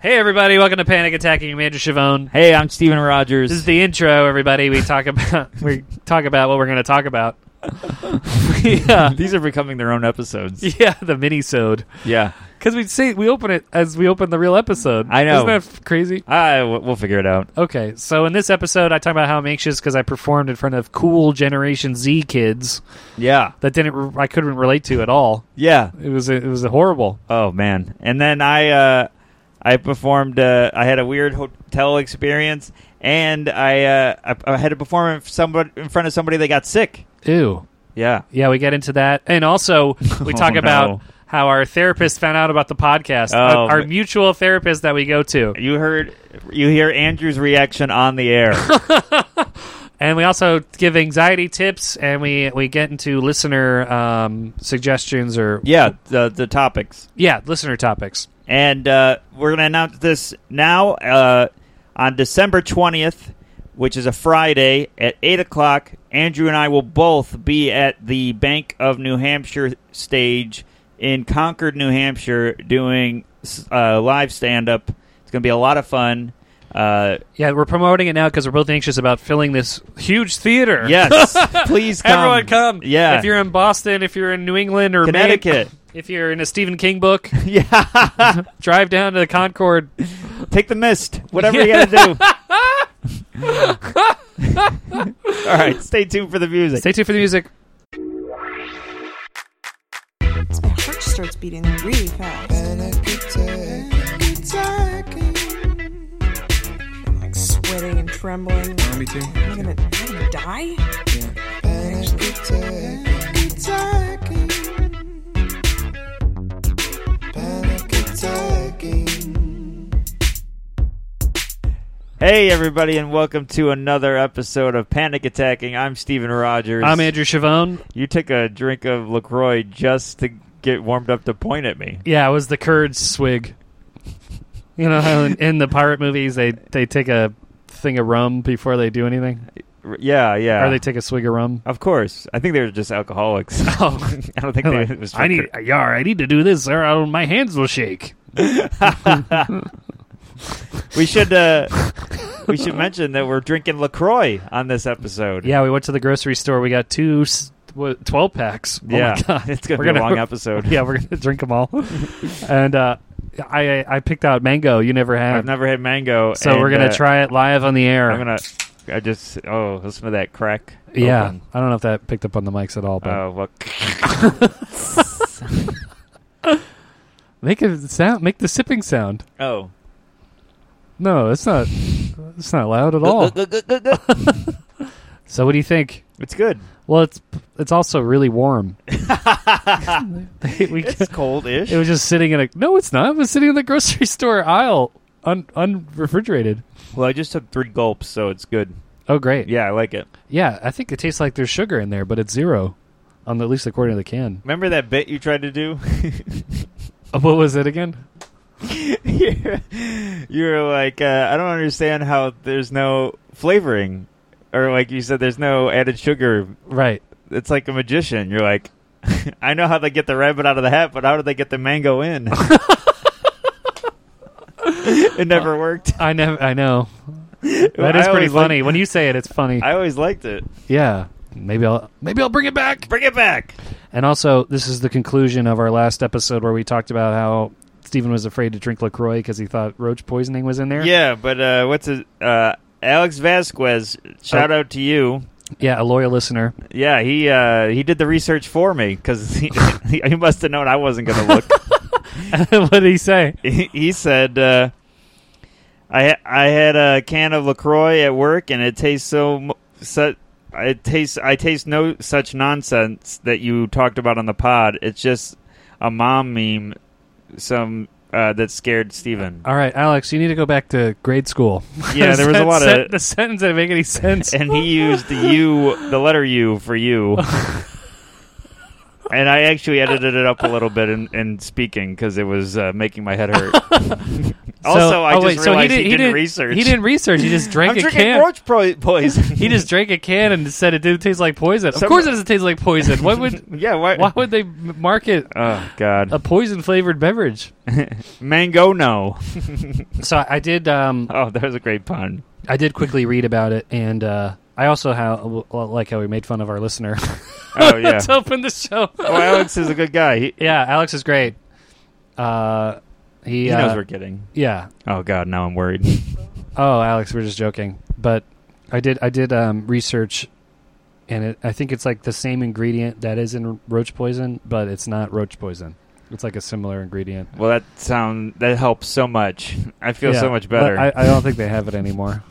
Hey everybody, welcome to Panic Attacking I'm Andrew Chavone. Hey, I'm Steven Rogers. This is the intro, everybody. We talk about we talk about what we're going to talk about. yeah, These are becoming their own episodes. yeah, the mini-sode. yeah. Because we say we open it as we open the real episode. I know. Isn't that f- crazy? I, we'll we'll figure it out. Okay, so in this episode, I talk about how I'm anxious because I performed in front of cool Generation Z kids Yeah. that didn't re- I couldn't relate to at all. Yeah. It was it was horrible. Oh, man. And then I, uh, I performed, uh, I had a weird hotel experience and I, uh, I, I had to perform in, somebody, in front of somebody that got sick. Ew. Yeah. Yeah, we get into that, and also we Oh, talk no. about how our therapist found out about the podcast. uh, Oh, our, our ma- mutual therapist that we go to. You heard, you hear Andrew's reaction on the air. and we also give anxiety tips and we we get into listener um, suggestions or yeah. The, the topics. yeah listener topics And uh, we're going to announce this now uh, on December 20th, which is a Friday at 8 o'clock. Andrew and I will both be at the Bank of New Hampshire stage in Concord, New Hampshire, doing s- uh, live stand up. It's going to be a lot of fun. Uh, yeah we're promoting it now because we're both anxious about filling this huge theater yes, please come. everyone come Yeah. if you're in boston if you're in new england or Maine, Connecticut. if you're in a stephen king book yeah. drive down to the concord Take the mist. Whatever you got to do. All right. Stay tuned for the music. stay tuned for the music It's my heart starts beating really fast. Panic attack. I'm like sweating and trembling. Me too. Am I gonna, am I gonna die? Panic attack. Panic attacking. Hey, everybody, and welcome to another episode of Panic Attacking. I'm Steven Rogers. i'm andrew chavone You took a drink of LaCroix just to get warmed up to point at me. yeah it was the kurds swig you know how in, in the pirate movies they they take a thing of rum before they do anything R- Yeah, yeah. or they take a swig of rum of course. I think they were just alcoholics. Oh. I don't think they, it was. I need yar. I need to do this, or I'll, my hands will shake. We should. Uh, we should mention that we're drinking Lacroix on this episode. Yeah, we went to the grocery store. We got two s- what, 12 packs. Oh my yeah. God. It's gonna We're be gonna- a long episode. yeah, we're gonna drink them all. and uh, I I picked out mango. You never have. I've never had mango, so and, we're gonna uh, try it live on the air. I'm gonna. I just. Oh, listen to that crack. yeah, Uh, open. I don't know if that picked up on the mics at all, but Oh, well, make a sound. Make the sipping sound. oh. No, it's not. It's not loud at all. so what do you think? It's good. Well, it's it's also really warm. we It's cold-ish. It was just sitting in a. No, it's not. It was sitting in the grocery store aisle, un, unrefrigerated. well, I just took three gulps, so it's good. Oh, great. Yeah, I like it. Yeah, I think it tastes like there's sugar in there, but it's zero, on the, at least according to the can. Remember that bit you tried to do? Uh, What was it again? you were like, uh, I don't understand how there's no flavoring, or like you said, there's no added sugar. Right. It's like a magician. You're like, I know how they get the rabbit out of the hat, but how did they get the mango in? it never worked. I never. I know that I is pretty always liked- funny. when you say it, it's funny. I always liked it. yeah. Maybe I'll maybe I'll bring it back. Bring it back. And also, this is the conclusion of our last episode where we talked about how Stephen was afraid to drink Lacroix because he thought roach poisoning was in there. Yeah, but uh, what's his, uh, Alex Vasquez? Shout Oh. out to you. Yeah, a loyal listener. Yeah, he uh, he did the research for me because he, he he must have known I wasn't going to look. what did he say? he, he said, uh, "I ha- I had a can of Lacroix at work, and it tastes so mu- su- it tastes I taste no such nonsense that you talked about on the pod. It's just a mom meme, some uh, that scared Steven. All right, Alex, you need to go back to grade school. Yeah, there was a That lot of- sen- the sentence didn't make any sense. and he used the U, the letter U for you. and I actually edited it up a little bit in, in speaking because it was uh, making my head hurt. Also, I oh, just wait, so he, realized did, he not didn't research. He didn't research. He just drank I'm a drinking can. roach pro- poison. he just drank a can and said it didn't taste like poison. Of Some- course, it doesn't taste like poison. Why would? yeah. Why? why would they m- market Oh God, a poison flavored beverage? mango no. So I I did. Um, Oh, that was a great pun. I did quickly read about it, and uh, I also how well, like how we made fun of our listener. Oh yeah. Let's open the show. oh, Alex is a good guy. He, Yeah, Alex is great. Uh, he, he uh, knows we're kidding. yeah. Oh God, now I'm worried. Oh, Alex, we're just joking. But I did I did um, research, and it, I think it's like the same ingredient that is in roach poison, but it's not roach poison. It's like a similar ingredient. well, that sound that helps so much. I feel Yeah, so much but better. I, I don't think they have it anymore.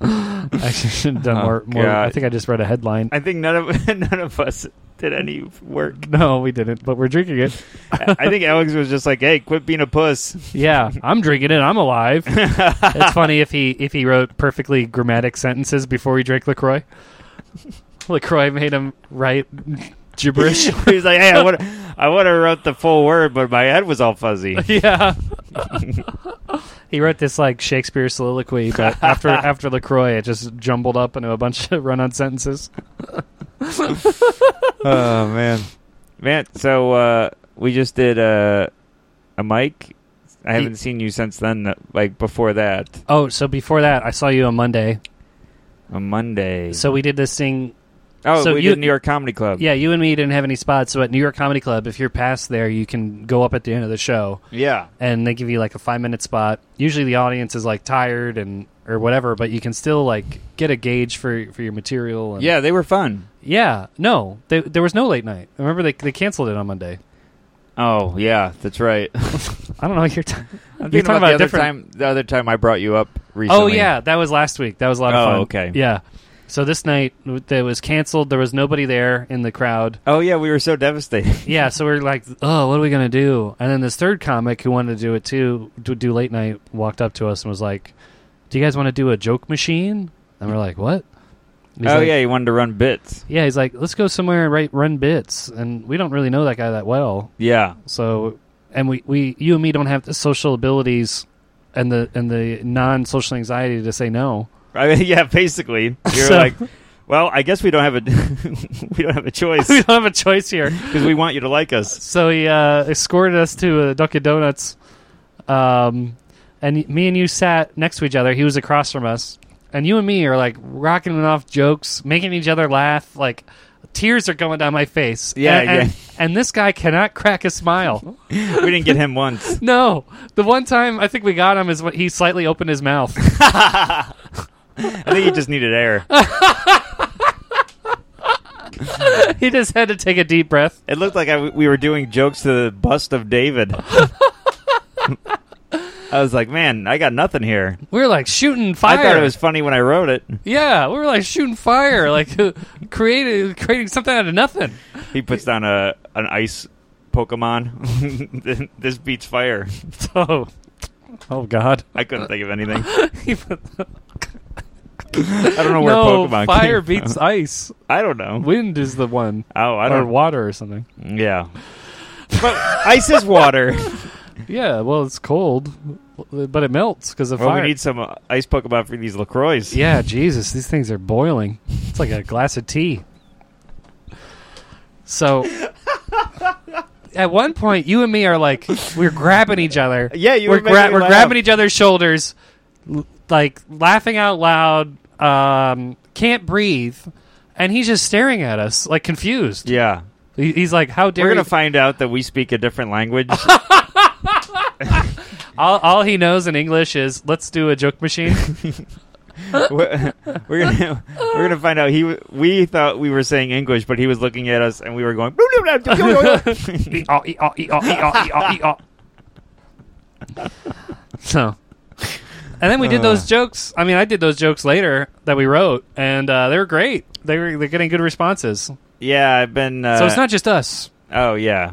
I should have done Oh, more, more. I God. think I just read a headline. I think none of none of us did any work. No, we didn't, but we're drinking it. I I think Alex was just like, "Hey, quit being a puss." Yeah, I'm drinking it. I'm alive. it's funny if he if he wrote perfectly grammatic sentences before he drank Lacroix. Lacroix made him write gibberish. He's like, "Hey, I would I would have wrote the full word, but my head was all fuzzy." yeah, he wrote this like Shakespeare soliloquy, but after after Lacroix, it just jumbled up into a bunch of run-on sentences. oh man, man. So uh, we just did uh, a mic. I Ye- haven't seen you since then. uh, Like before that, Oh, so before that, I saw you on Monday. on Monday. So we did this thing. oh, so we you- did New York Comedy Club. Yeah, you and me didn't have any spots. So at New York Comedy Club, if you're past there, you can go up at the end of the show. yeah. and they give you like a five minute spot. Usually the audience is like tired and or whatever, but you can still like get a gauge for for your material. And Yeah, they were fun. yeah. No, they, there was no late night. Remember they they canceled it on Monday. Oh yeah, that's right. I don't know what you're. T- I'm You're thinking talking about, about the other different- time. The other time I brought you up recently. oh yeah, that was last week. That was a lot of Oh, fun. okay. Yeah. So this night w- that was canceled. There was nobody there in the crowd. Oh yeah, we were so devastated. Yeah. So we are like, oh, what are we gonna do? And then this third comic who wanted to do it too, do, do late night, walked up to us and was like, "Do you guys want to do a joke machine?" And we're like, "What?" And he's oh like, yeah, you wanted to run bits. Yeah, he's like, let's go somewhere and write run bits, and we don't really know that guy that well. Yeah. So, and we, we you and me don't have the social abilities and the and the non social anxiety to say no. I mean, yeah, basically, you're So- like, well, I guess we don't have a we don't have a choice we don't have a choice here. because we want you to like us. So he uh, escorted us to uh, Dunkin' Donuts, um, and me and you sat next to each other. He was across from us, and you and me are like rocking it off jokes, making each other laugh. Like tears are going down my face. Yeah, and, and- yeah. and this guy cannot crack a smile. We didn't get him once. No, the one time I think we got him is when he slightly opened his mouth. I think he just needed air. he just had to take a deep breath. It looked like I, we were doing jokes to the bust of David. I was like, man, I got nothing here. We were like shooting fire. I thought it was funny when I wrote it. yeah, we were like shooting fire, like creating creating something out of nothing. He puts down a an ice Pokemon. this beats fire. Oh, oh God! I couldn't think of anything. I I don't know where no, Pokemon. fire came beats From. ice. I don't know. Wind is the one, oh, I or don't. water or something. Yeah. But ice is water. Yeah, well, it's cold, but it melts because of Well, we fire. need some uh, ice Pokemon for these LaCroix. Yeah, Jesus, these things are boiling. It's like a glass of tea. So, at one point, you and me are like, we're grabbing each other. Yeah, you we're were making gra- me we're laugh. grabbing each other's shoulders, l- like laughing out loud. Um, can't breathe, and he's just staring at us, like confused. Yeah. He- He's like, "How dare We're you?" going to find out that we speak a different language. all, all he knows in English is, "Let's do a joke machine." we're we're going to we're going to find out he w- we thought we were saying English, but he was looking at us and we were going Ee-aw, ee-aw, ee-aw, ee-aw, ee-aw, ee-aw. so, and then we did those jokes. I mean, I did those jokes later that we wrote, and uh, they were great. They were they're getting good responses. Yeah, I've been uh, so it's not just us. Oh yeah,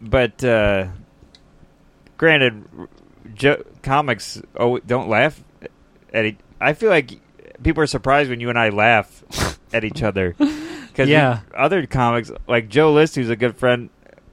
but uh, granted, jo- comics oh don't laugh at. E- I feel like people are surprised when you and I laugh at each other because Yeah. other comics like Joe List, who's a good friend.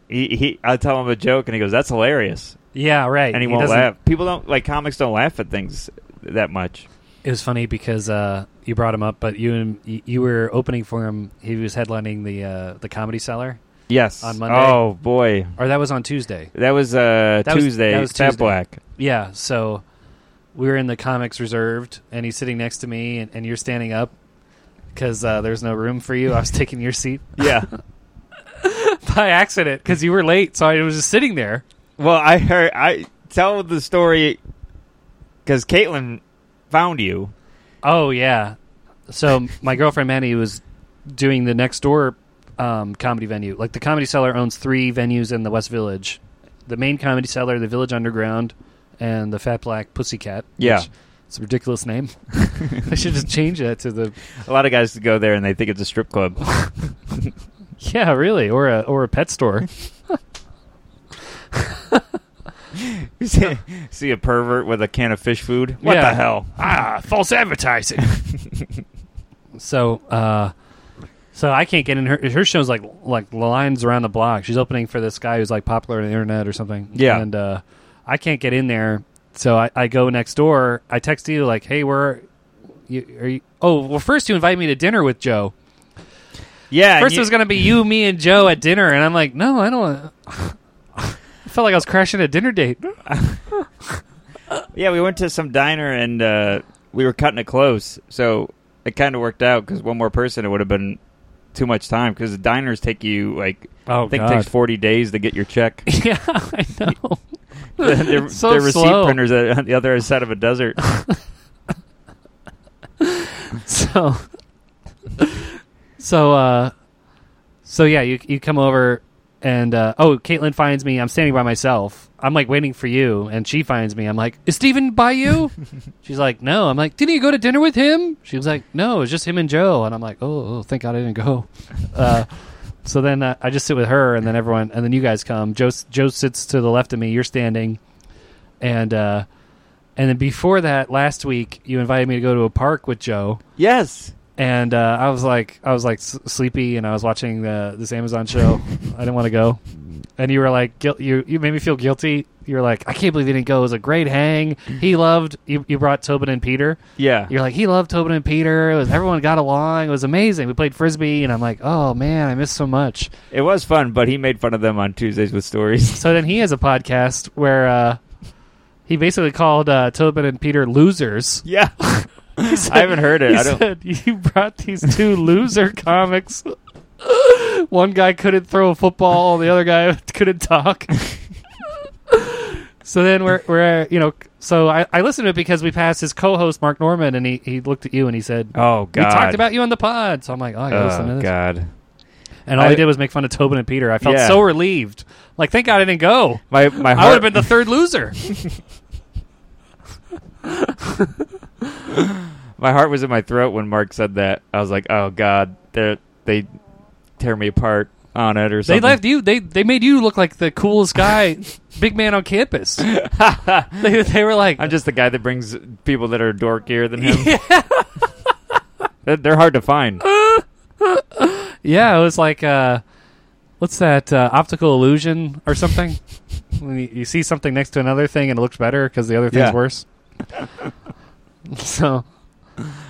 He, he, I tell him a joke, and he goes, "That's hilarious," Yeah, right. and he, won't doesn't- laugh. People don't like comics. Don't laugh at things that much. It was funny because uh, you brought him up, but you and you you were opening for him. He was headlining the uh, the comedy cellar, Yes. On Monday? Oh boy, or that was on Tuesday. that was uh, That was- Tuesday. that was Fat Tuesday. Black. Yeah, so we were in the comics reserved, and he's sitting next to me, and, and you're standing up because uh, there's no room for you. I was taking your seat Yeah. by accident because you were late, so I was just sitting there. well, I heard. I tell the story because Caitlin found you. Oh yeah. So my girlfriend Manny was doing the next door um, comedy venue. Like the Comedy Cellar owns three venues in the West Village: the main Comedy Cellar, the Village Underground, and the Fat Black Pussycat. Yeah. which- it's a ridiculous name. I should just change that to the A lot of guys go there and they think it's a strip club. yeah, really, or a or a pet store. see, see a pervert with a can of fish food. What Yeah. the hell? ah, false advertising. so, uh, so I can't get in her. Her show's like like lines around the block. She's opening for this guy who's like popular on the internet or something. Yeah. and uh, I can't get in there. So I, I go next door. I text you like, "Hey, where you, are you?" Oh, well, first you invite me to dinner with Joe. Yeah. and First you- it was gonna be you, me, and Joe at dinner, and I'm like, "No, I don't." want I felt like I was crashing a dinner date. Yeah, we went to some diner and uh, we were cutting it close, so it kind of worked out because one more person it would have been too much time because the diners take you like Oh I think it takes forty days to get your check. yeah, I know. they're, So they're receipt slow. printers at- on the other side of a desert. So, so, uh, so yeah, you you come over and uh, oh, Caitlin finds me. I'm standing by myself. I'm like waiting for you, and she finds me. I'm like, is Steven by you? She's like, no. I'm like, didn't you go to dinner with him? She was like, no, it's just him and Joe. And I'm like, oh, oh, thank God I didn't go. Uh, so then uh, I just sit with her, and then everyone, and then you guys come. Joe Joe sits to the left of me. You're standing, and uh, and then before that, last week you invited me to go to a park with Joe yes, and uh, I was like, I was like s- sleepy, and I was watching the this Amazon show. I didn't want to go, and you were like, guil- you you made me feel guilty. You were like, I can't believe you didn't go. It was a great hang. He loved you. You brought Tobin and Peter. yeah, You're like, he loved Tobin and Peter. It was everyone got along. It was amazing. We played frisbee, and I'm like, oh man, I missed so much. it was fun, but he made fun of them on Tuesdays with stories. So then he has a podcast where uh, he basically called uh, Tobin and Peter losers. yeah, I haven't heard it. He I don't. said, "You brought these two loser comics. One guy couldn't throw a football, the other guy couldn't talk." so then we're we're you know so I, I listened to it because we passed his co-host Mark Norman and he he looked at you and he said. oh We God, talked about you on the pod, so I'm like, oh, I gotta listen to Oh this. God. And all I, I- did was make fun of Tobin and Peter. I felt Yeah. so relieved. Like, thank God I didn't go. My my I would have heart been the third loser. my heart was in my throat when Mark said that. I was like, oh God, they they tear me apart on it or they something. left you. They they made you look like the coolest guy, big man on campus. they, they were like, I'm just the guy that brings people that are dorkier than him. They're- They're hard to find. Yeah, it was like uh, what's that uh, optical illusion or something? when you, you see something next to another thing and it looks better because the other thing's Yeah. worse. so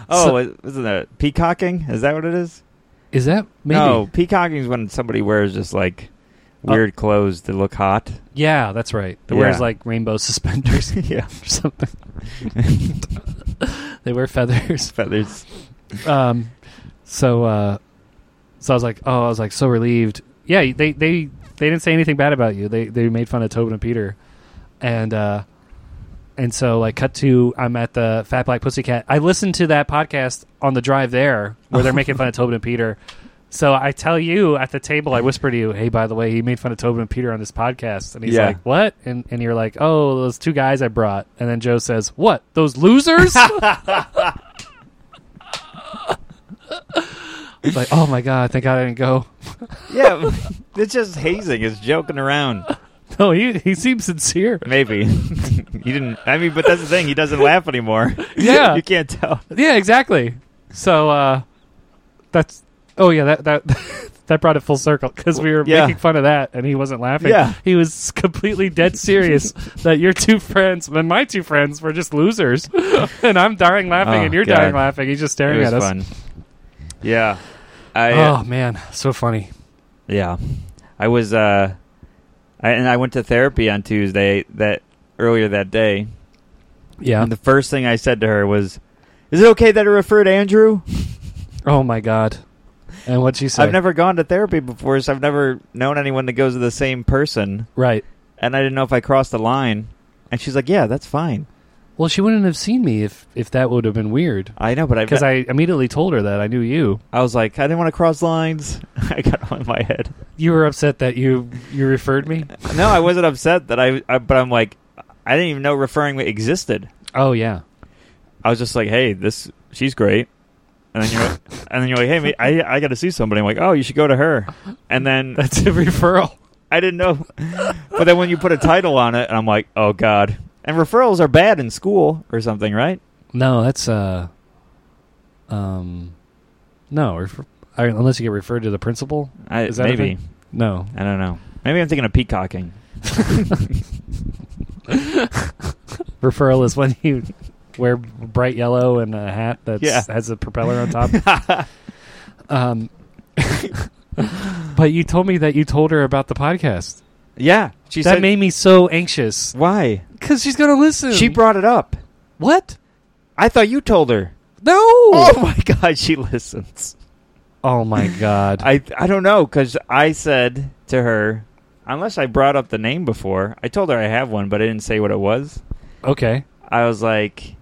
Oh, isn't that peacocking? Is that what it is? is that maybe? Oh. No, peacocking is when somebody wears just like weird clothes to look hot. Yeah, that's right. They wears Yeah. like rainbow suspenders yeah, or something. they wear feathers. feathers. um, so uh, so I was like, oh, I was like so relieved. Yeah, they they they didn't say anything bad about you. They they made fun of Tobin and Peter, and uh, and so like cut to I'm at the Fat Black Pussycat. I listened to that podcast on the drive there where they're making fun of Tobin and Peter. So I tell you at the table, I whisper to you, "Hey, by the way, he made fun of Tobin and Peter on this podcast." And he's Yeah. like, "What?" And and you're like, "Oh, those two guys I brought." And then Joe says, "What? Those losers?" It's like, oh my god, thank God I didn't go. Yeah, it's just hazing. It's joking around. No, he he seems sincere. Maybe he didn't. I mean, but that's the thing. He doesn't laugh anymore. Yeah. you can't tell. Yeah, exactly. So uh that's oh yeah, that that that brought it full circle because we were Yeah. making fun of that, and he wasn't laughing. Yeah. he was completely dead serious that your two friends and my two friends were just losers, and I'm dying laughing, Oh, and you're God. dying laughing. He's just staring it was at us. fun. Yeah, I uh, Oh man, so funny. yeah, I was uh, I, and I went to therapy on Tuesday that earlier that day. Yeah. And the first thing I said to her was, "Is it okay that I refer to Andrew? oh my god. And what she said. I've never gone to therapy before, so I've never known anyone that goes to the same person, Right. and I didn't know if I crossed the line." And she's like, "Yeah, that's fine. Well, she wouldn't have seen me if if that would have been weird. I know, but I've Because I immediately told her that I knew you. I was like, I didn't want to cross lines. I got on my head. You were upset that you you referred me. No, I wasn't upset that I, I, but I'm like, I didn't even know referring existed. Oh yeah. I was just like, hey, this she's great. And then you're, and then you're like, hey, me, I I got to see somebody. I'm like, oh, you should go to her. And then That's a referral. I didn't know, but then when you put a title on it, and I'm like, oh god. And referrals are bad in school or something, right? No, that's uh, um, no, refer- I, unless you get referred to the principal. I, Is that a maybe thing? No, I don't know. Maybe I'm thinking of peacocking. referral is when you wear bright yellow and a hat that Yeah. has a propeller on top. um, but you told me that you told her about the podcast. Yeah, she that said. made me so anxious why? because she's gonna listen. She brought it up. what? I thought you told her. No. Oh Oh, my god, she listens. my god. I I don't know because I said to her, unless I brought up the name before, I told her I have one, but I didn't say what it was. okay. I was like,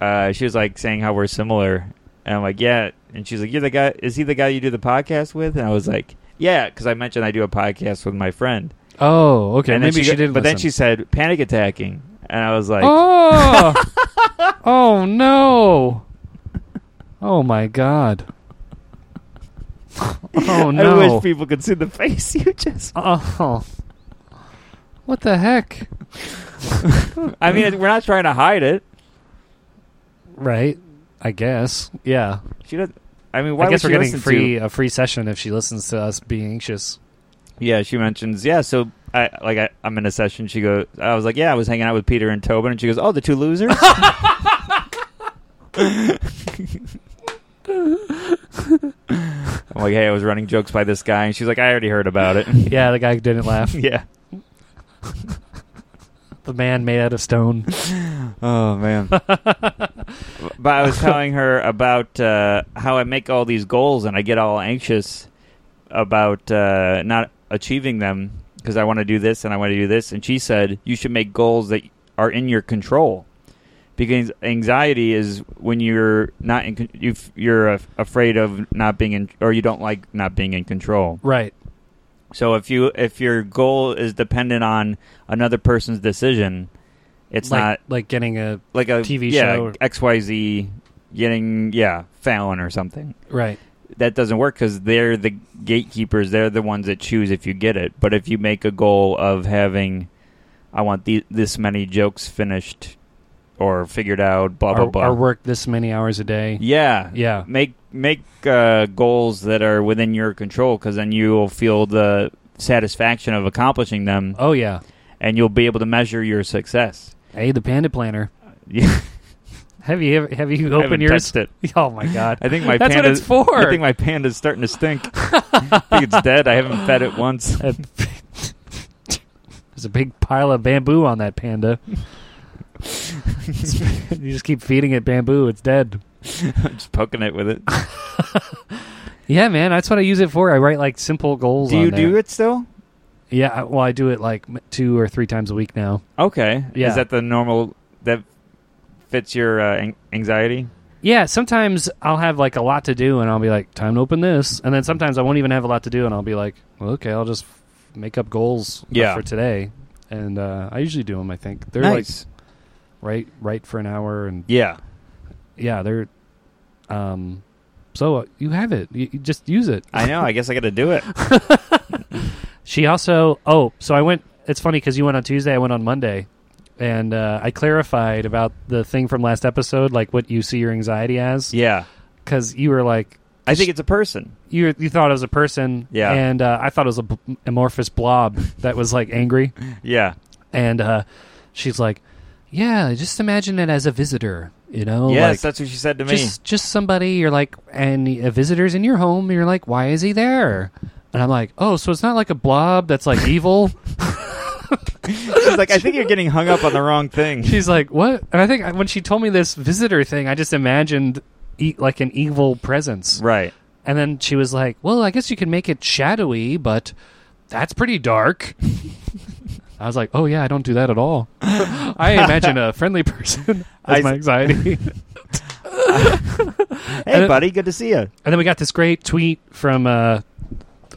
uh, she was like saying how we're similar, and I'm like, yeah. And she's like, you're the guy. Is he the guy you do the podcast with? And I was like, yeah, because I mentioned I do a podcast with my friend. Oh, okay. and then Maybe she go- didn't. But then listen. she said panic attacking, and I was like, oh, oh no! Oh my god! Oh no! I wish people could see the face you just. oh, what the heck? Uh, I mean, it- we're not trying to hide it. Right? I guess. Yeah. She doesn't. I mean, why I guess would we're she getting listen free to? a free session if she listens to us being anxious. Yeah, she mentions. Yeah, so I like I, I'm in a session. She goes. I was like, yeah, I was hanging out with Peter and Tobin, and she goes, oh, the two losers. I'm like, hey, I was running jokes by this guy, and she's like, I already heard about it. Yeah, the guy who didn't laugh. yeah. the man made out of stone. Oh man. but I was telling her about uh, how I make all these goals and I get all anxious about uh, not achieving them because I want to do this and I want to do this. And she said you should make goals that are in your control because anxiety is when you're not in con- you f- you're af- afraid of not being in or you don't like not being in control. Right. So if you if your goal is dependent on another person's decision, it's like, not like getting a like a TV yeah, show. XYZ getting yeah Fallon or something. right. That doesn't work because they're the gatekeepers. They're the ones that choose if you get it. But if you make a goal of having, I want the, this many jokes finished or figured out, blah blah or, blah. or work this many hours a day. yeah, Yeah. Make make uh, goals that are within your control because then you will feel the satisfaction of accomplishing them, Oh yeah. and you'll be able to measure your success. Hey, the panda planner. Yeah, Have you ever, have you I haven't opened yours? touched it. Oh my god! I think my That's panda, what it's for. I think my panda's starting to stink. I think it's dead. I haven't fed it once. A big- There's a big pile of bamboo on that panda. you just keep feeding it bamboo; it's dead. I'm just poking it with it. Yeah, man, that's what I use it for. I write like simple goals. Do you do it still? Yeah, I- well, I do it like m- two or three times a week now. Okay. Yeah. Is that the normal that fits your uh, an- anxiety? Yeah, sometimes I'll have like a lot to do, and I'll be like, "Time to open this," and then sometimes I won't even have a lot to do, and I'll be like, well, "Okay, I'll just f- make up goals uh, Yeah. for today." And uh, I usually do them. I think they're like right, right for an hour, and yeah. yeah, they're. Um, so uh, you have it. You, you just use it. I know. I guess I got to do it. She also. Oh, so I went. It's funny because you went on Tuesday. I went on Monday, and uh, I clarified about the thing from last episode, like what you see your anxiety as, Yeah. because you were like, I think it's a person. you you thought it was a person, Yeah. and uh, I thought it was an amorphous blob that was like angry, Yeah. and uh, she's like, "Yeah, just imagine it as a visitor, you know, yes, like, that's what she said to me. just just somebody you're like, and a visitor's in your home, and you're like, why is he there?" And I'm like, "Oh, so it's not like a blob that's like evil." She's like, I think you're getting hung up on the wrong thing. She's like, "What?" And I think uh, when she told me this visitor thing, I just imagined e- like an evil presence. right. And then she was like, "Well, I guess you can make it shadowy, but that's pretty dark." I was like, "Oh yeah, I don't do that at all. I imagine a friendly person as I- my anxiety." And Hey, it- buddy, good to see you. and then we got this great tweet from uh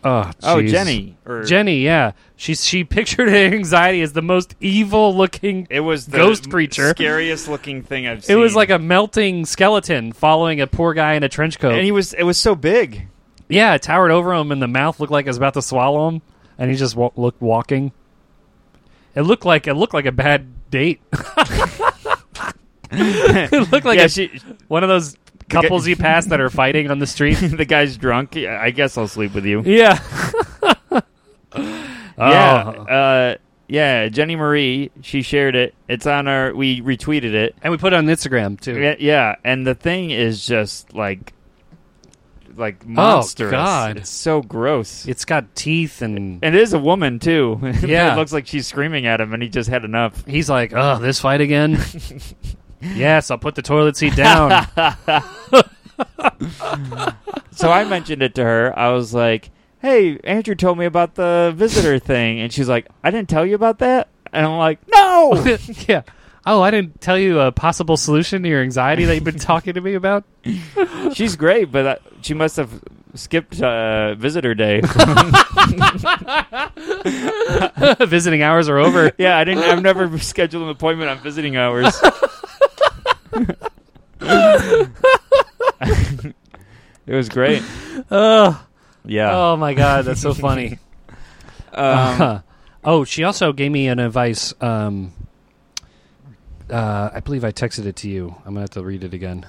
oh, Oh, jeez. Jenny. Or Jenny, yeah. She she pictured anxiety as the most evil-looking It was the Ghost m- creature. scariest looking thing I've It seen. was like a melting skeleton following a poor guy in a trench coat. and he was. It was so big. yeah, it towered over him, and the mouth looked like it was about to swallow him, and he just wa- looked walking. It looked like it looked like a bad date. it looked like yeah, a- she, one of those couples you pass that are fighting on the street. the guy's drunk. Yeah, I guess I'll sleep with you. Yeah. Yeah, Oh. uh, yeah. Jenny Marie, she shared it. It's on our. We retweeted it. and we put it on Instagram too. Yeah, yeah, and the thing is just like, like monstrous. Oh, God. It's so gross. It's got teeth, and and it is a woman too. Yeah. it looks like she's screaming at him, and he just had enough. he's like, "Oh, this fight again." yes, I'll put the toilet seat down. So I mentioned it to her. I was like, "Hey, Andrew told me about the visitor thing," and she's like, "I didn't tell you about that." And I'm like, "No." yeah. Oh, I didn't tell you a possible solution to your anxiety that you've been talking to me about. she's great, but uh, she must have skipped uh, visitor day. Visiting hours are over. yeah, I didn't. I've never scheduled an appointment on visiting hours. it was great. Ugh. Yeah. Oh my god, that's so funny. Um, oh, she also gave me an advice. Um, uh, I believe I texted it to you. I'm gonna have to read it again.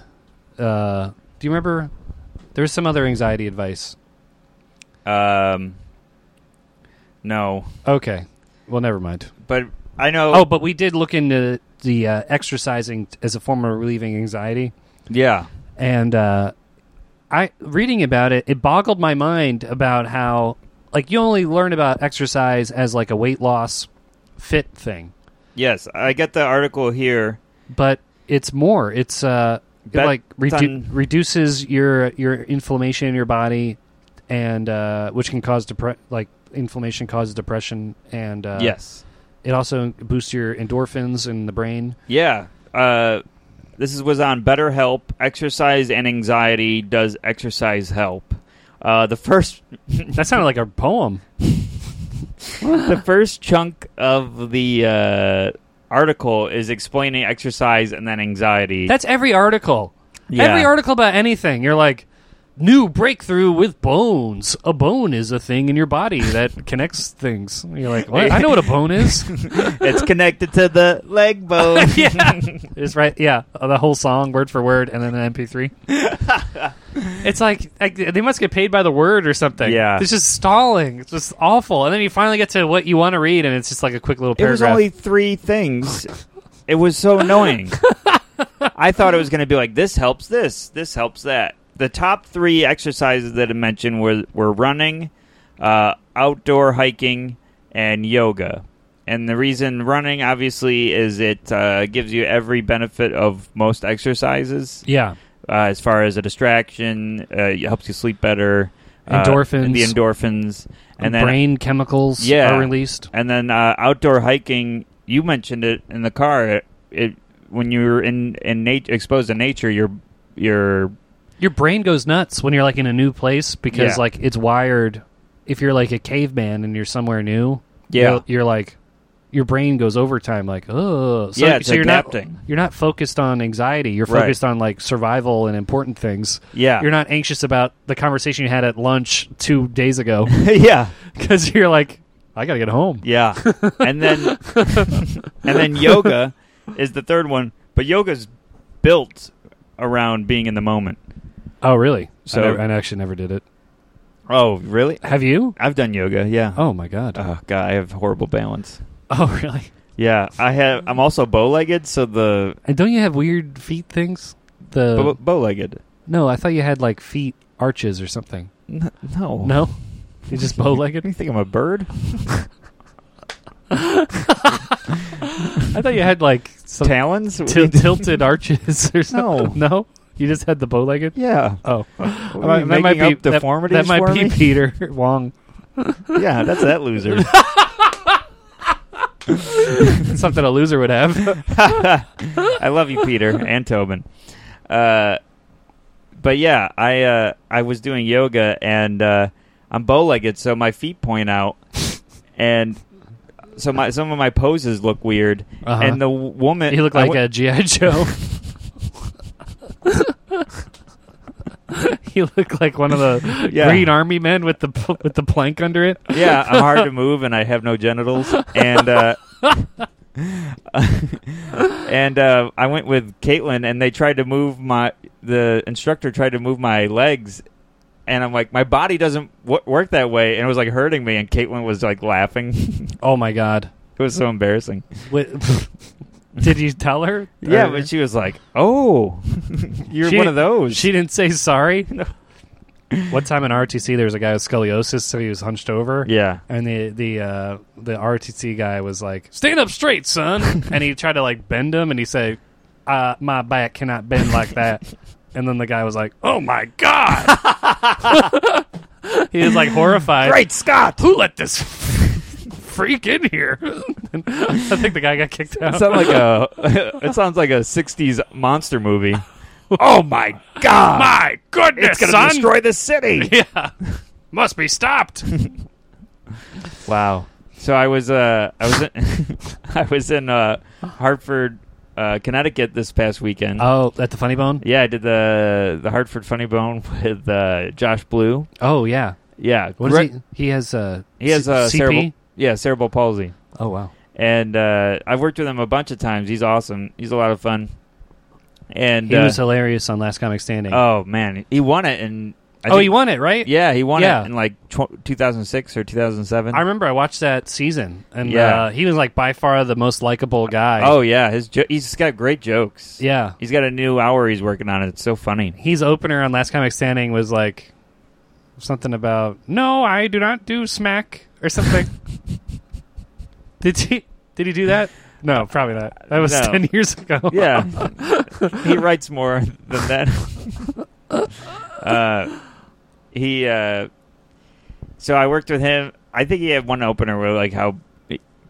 Uh, do you remember? There was some other anxiety advice. um, no, Okay. Well, never mind. but I know. Oh, but we did look into the uh, exercising t- as a form of relieving anxiety. yeah. and uh, I reading about it, it boggled my mind about how like you only learn about exercise as like a weight loss fit thing, Yes, I get the article here. but it's more. It's uh, it, Bet like redu- on- reduces your your inflammation in your body, and uh, which can cause depre- like inflammation causes depression, and uh, yes. it also boosts your endorphins in the brain. Yeah. Uh, this is, was on BetterHelp. Exercise and anxiety. Does exercise help? Uh, the first That sounded like a poem. the first chunk of the uh, article is explaining exercise and then anxiety. That's every article. Yeah. Every article about anything, you're like, new breakthrough with bones. A bone is a thing in your body that connects things. And You're like, what? I know what a bone is. it's connected to the leg bone. yeah, it's right. Yeah, uh, the whole song, word for word, and then an MP3. it's like, like they must get paid by the word or something. Yeah. it's just stalling. It's just awful. And then you finally get to what you want to read, and it's just like a quick little It was paragraph. only three things. it was so annoying. I thought it was going to be like this helps this, this helps that. The top three exercises that I mentioned were were running, uh, outdoor hiking, and yoga. And the reason running, obviously, is it uh, gives you every benefit of most exercises yeah, uh, as far as a distraction. Uh, it helps you sleep better. uh, Endorphins. the endorphins, and then brain chemicals Yeah. are released. and then uh, outdoor hiking, you mentioned it in the car. It, it when you're in in nat- exposed to nature, your your your brain goes nuts when you're like in a new place because Yeah. like it's wired if you're like a caveman and you're somewhere new Yeah. you're, you're, like your brain goes overtime like oh so, Yeah, it's so you're adapting. not you're not focused on anxiety you're Right. focused on like survival and important things yeah you're not anxious about the conversation you had at lunch two days ago yeah because you're like i gotta get home yeah, and then and then yoga is the third one, but yoga's built around being in the moment. oh really So So I, never, I actually never did it. oh really? Have you? I've done yoga. Yeah. Oh my god. oh god, I have horrible balance. oh really? Yeah, I have. I'm also bow-legged, so the And don't you have weird feet things? The bow- bow-legged. no, I thought you had like feet arches or something. N- no, No, you just bow You legged. think I'm a bird? I thought you had like some Talons? til- tilted arches or No. something. No, you just had the bow legged. Yeah. Oh, What are you making up that- deformities That, might for be me? Peter Wong. yeah, that's that loser. It's something a loser would have. I love you, Peter and Tobin. Uh, but yeah, I uh, I was doing yoga and uh, I'm bow legged, so my feet point out, and so my some of my poses look weird. Uh-huh. And the w- woman, you look I like w- a GI Joe. you look like one of the Yeah. Green Army men with the pl- with the plank under it. yeah, I'm hard to move and I have no genitals. And uh, and uh, I went with Caitlin, and they tried to move my. The instructor tried to move my legs, and I'm like, my body doesn't w- work that way, and it was like hurting me. And Caitlin was like laughing. it Oh my god! was so embarrassing. Wait, did you tell her? Yeah, Or- but she was like, "Oh, you're She- one of those." she didn't say sorry. One time in RTC, there was a guy with scoliosis, so he was hunched over. yeah. And the the uh, the RTC guy was like, "Stand up straight, son," and he tried to like bend him, and he said, uh, "My back cannot bend like that." and then the guy was like, "Oh my god!" he was like horrified. Great Scott! Who let this freak in here? And I think the guy got kicked It out. sounds like a. it sounds like a '60s monster movie. oh my God! my goodness, it's son! gonna destroy the city. yeah, must be stopped. Wow. So I was uh I was in, I was in uh Hartford, uh, Connecticut this past weekend. Oh, at the funny bone. yeah, I did the the Hartford Funny Bone with uh, Josh Blue. Oh yeah. Yeah, What is great- he? He has uh, He has C- uh, CP? cerebral yeah cerebral palsy, Oh wow. and uh, I've worked with him a bunch of times. He's awesome. He's a lot of fun. And He uh, was hilarious on Last Comic Standing. oh man, he won it and oh, he won it, right? Yeah, he won Yeah. it in like tw- 2006 or 2007. I remember I watched that season, and Yeah. uh, he was like by far the most likable guy. oh yeah, his jo- he's got great jokes. yeah. He's got a new hour he's working on. It's so funny. His opener on Last Comic Standing was like something about no, I do not do smack or something. did he? Did he do that? No, probably not. That was No. ten years ago. Yeah, he writes more than that. uh, he. Uh, so I worked with him. I think he had one opener where like how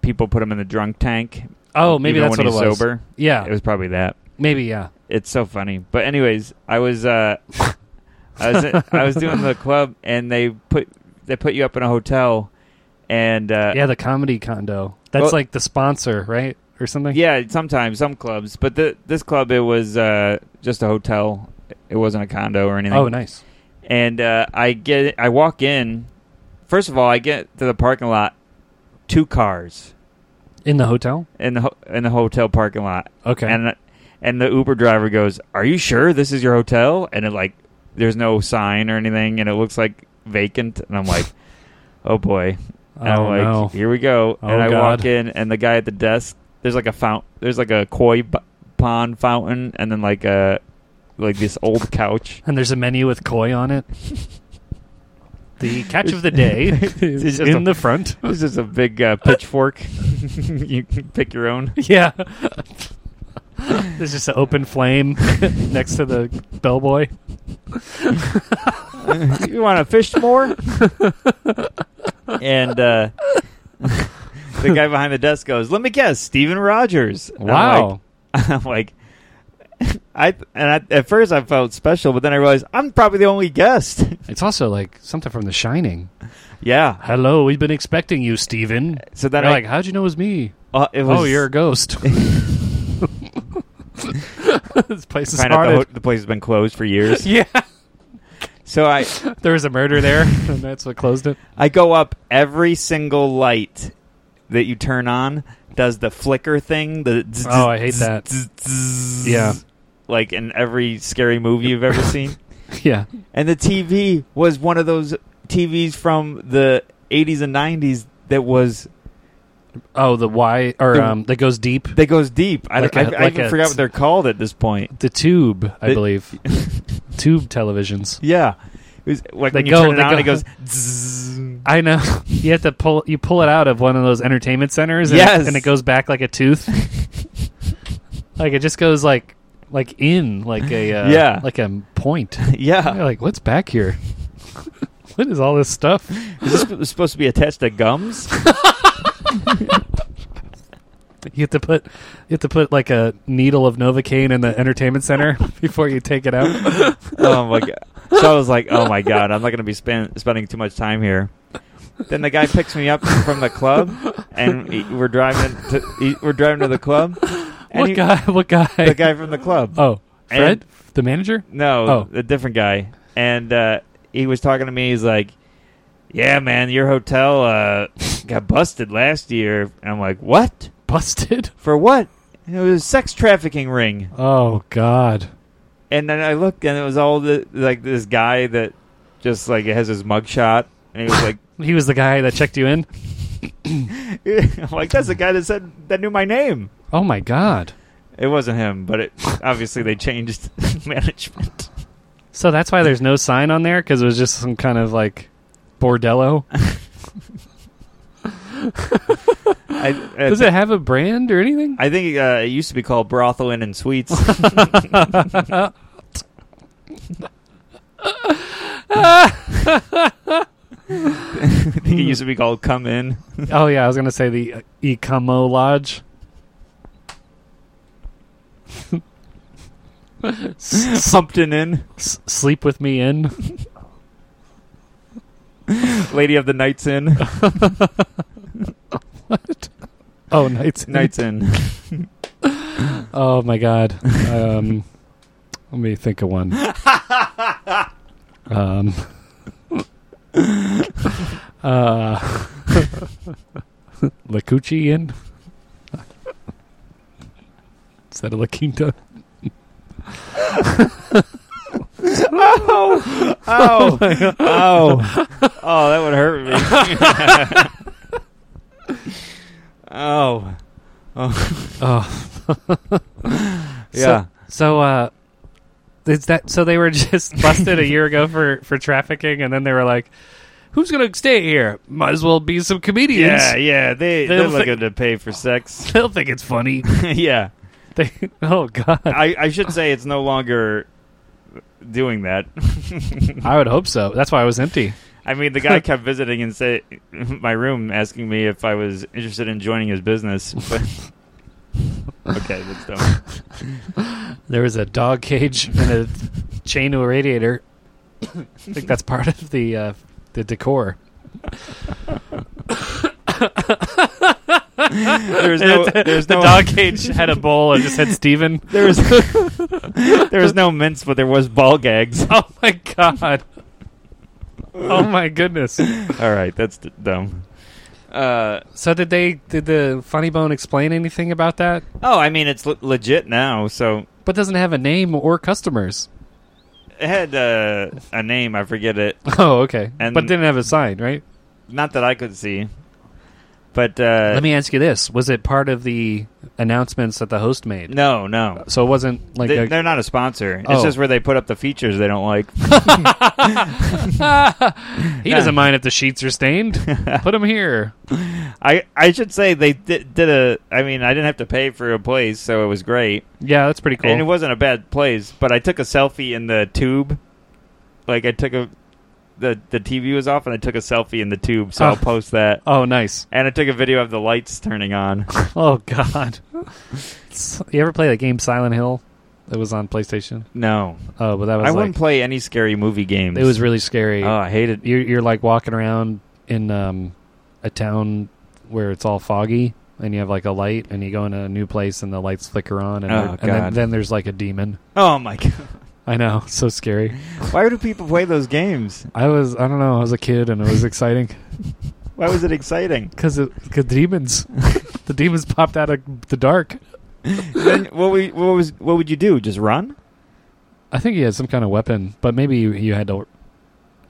people put him in the drunk tank. Oh, maybe even that's when what it he's was. Sober. Yeah. It was probably that. Maybe. Yeah. It's so funny. But anyways, I was uh, I was I was doing the club and they put they put you up in a hotel and uh, Yeah, the comedy condo. That's Well- like the sponsor, right, or something. Yeah, sometimes some clubs, but th this club it was uh, just a hotel. It wasn't a condo or anything. Oh, nice. And uh, I get, I walk in. First of all, I get to the parking lot, two cars In the hotel. in the ho- in the hotel parking lot, Okay. and uh, and the Uber driver goes, "Are you sure this is your hotel?" And it like, there's no sign or anything, and it looks like vacant, and I'm like, "Oh boy." And oh I'm like, no. here we go. Oh, and I God. walk in, and the guy at the desk, there's like a fount, there's like a koi b- pond fountain, and then like a like this old couch. And there's a menu with koi on it. the catch of the day It's is just in a- the front. This is a big uh, pitchfork. you can pick your own. yeah. There's just an open flame next to the bellboy. you want to fish more? and uh, the guy behind the desk goes, "Let me guess, Steven Rogers." And I'm Wow. like- I'm like, I and I, at first I felt special, but then I realized I'm probably the only guest. It's also like something from The Shining. yeah. Hello, we've been expecting you, Steven. Uh, So then You're I like, how'd you know it was me? uh, it was oh, you're a ghost. this place is find out the, ho- haunted. the place has been closed for years. Yeah. so I There was a murder there, and that's what closed it. I go up every single light that you turn on does the flicker thing. The zzz, Oh, I hate zzz, that. zzz, zzz, Yeah. like in every scary movie you've ever seen. yeah. and the TV was one of those TVs from the 80s and 90s that was Oh, the Y or The- um, that goes deep. that goes deep. I, Like I, a- I like even a- forgot what they're called at this point. The tube, I The- believe. tube televisions. Yeah, it was like They when you go- turn it they on, go- it goes. Zzz. I know. You have to pull you pull it out of one of those entertainment centers and, Yes. it, and it goes back like a tooth. like it just goes like like in like a uh, Yeah. like a point. You're yeah, like what's back here? what is all this stuff? is this supposed to be attached to gums? You have to put you have to put like a needle of novocaine in the entertainment center before you take it out. oh my god! So I was like, oh my god, I'm not going to be spend, spending too much time here. Then the guy picks me up from the club, and he- we're driving to he- we're driving to the club. And what he- guy? What guy? The guy from the club. Oh, Fred, And- the manager. No, Oh. a different guy. And uh, he was talking to me. He's like, "Yeah, man, your hotel uh, got busted last year." And I'm like, "What? Busted. For what?" And it was a sex trafficking ring. Oh God. And then I looked, and it was all the like this guy that just like has his mugshot, and he was like, He was the guy that checked you in. I'm like, that's the guy that said that knew my name. Oh my God. It wasn't him, but it obviously they changed management. So that's why there's no sign on there because it was just some kind of like bordello. I, I, Does it have a brand or anything? I think uh, it used to be called Brothel Inn and Suites. I think it used to be called Come In. oh yeah, I was gonna say the uh, Ecomo Lodge. S- Sumpton Inn. s- sleep with me in. Lady of the Nights Inn. Oh, nights in. Nights Inn. Oh my god. Um, let me think of one. um, uh, La Cucci Inn. Is that a La Quinta? Oh, oh, oh, oh, that would hurt me. oh, oh, Oh, yeah. so uh, is that so? They were just busted a year ago for for trafficking, and then they were like, "Who's gonna stay here? Might as well be some comedians. yeah, yeah. They They'll they're thi- looking to pay for sex. They'll think it's funny." yeah, They, oh god, I I should say it's no longer doing that. I would hope so. That's why I was empty. I mean, the guy kept visiting and say my room, asking me if I was interested in joining his business. But okay, that's dumb. There was a dog cage and a chain to a radiator. I think that's part of the uh, the decor. There's no, there's the no dog cage had a bowl and just had Steven. There was there was no mints, but there was ball gags. Oh my god. Oh my goodness. All right, that's d- dumb. Uh, So did they did the Funny Bone explain anything about that? oh, I mean it's le- legit now. So But doesn't have a name or customers. it had uh, a name, I forget it. Oh, okay. And- but didn't have a sign, right? Not that I could see, but uh, Let me ask you this: Was it part of the announcements that the host made? No, no, So it wasn't like they, a, they're not a sponsor. It's Oh. just where they put up the features they don't like. he doesn't mind if the sheets are stained. Put them here. I I should say they did, did a. I mean, I didn't have to pay for a place, so it was great, Yeah, that's pretty cool. and it wasn't a bad place. But I took a selfie in the tube, like I took a. The, the TV was off and I took a selfie in the tube, so Oh. I'll post that. oh, nice. And I took a video of the lights turning on. Oh God. S- you ever play that game Silent Hill? That was on PlayStation. No, Oh, but that I, was like wouldn't play any scary movie games. it was really scary. oh, I hated. You're, you're like walking around in um, a town where it's all foggy, and you have like a light, and you go into a new place, and the lights flicker on, and, Oh, there- and then, God. then there's like a demon. Oh my god! I know, so scary. Why do people play those games? I was I don't know. I was a kid, and it was exciting. Why was it exciting? Because the demons, the demons popped out of the dark. then what we what was what would you do? Just run? I think he had some kind of weapon, but maybe you, you had to.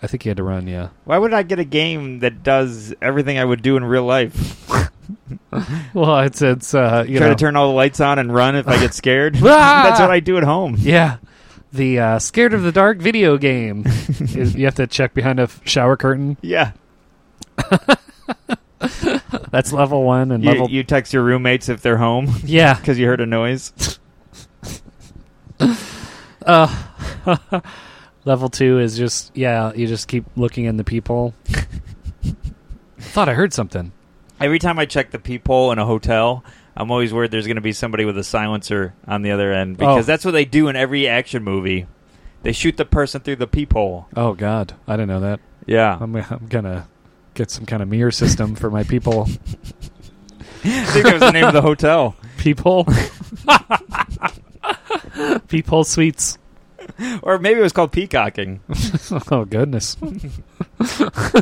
I think he had to run. Yeah. Why would I get a game that does everything I would do in real life? Well, it's it's uh, you Try know, to turn all the lights on and run if I get scared. Ah! That's what I do at home. yeah, the uh, scared of the dark video game. Is- you have to check behind a f- shower curtain. Yeah. That's level one and You, level. you text your roommates if they're home yeah. because you heard a noise. Uh, level two is just yeah. You just keep looking in the people. Thought I heard something. Every time I check the peephole in a hotel, I'm always worried there's going to be somebody with a silencer on the other end because Oh. that's what they do in every action movie. They shoot the person through the peephole. Oh God, I didn't know that. Yeah. I'm I'm gonna get some kind of mirror system for my people. I think that was the name of the hotel. People. Peephole suites. Or maybe it was called peacocking. Oh goodness! It's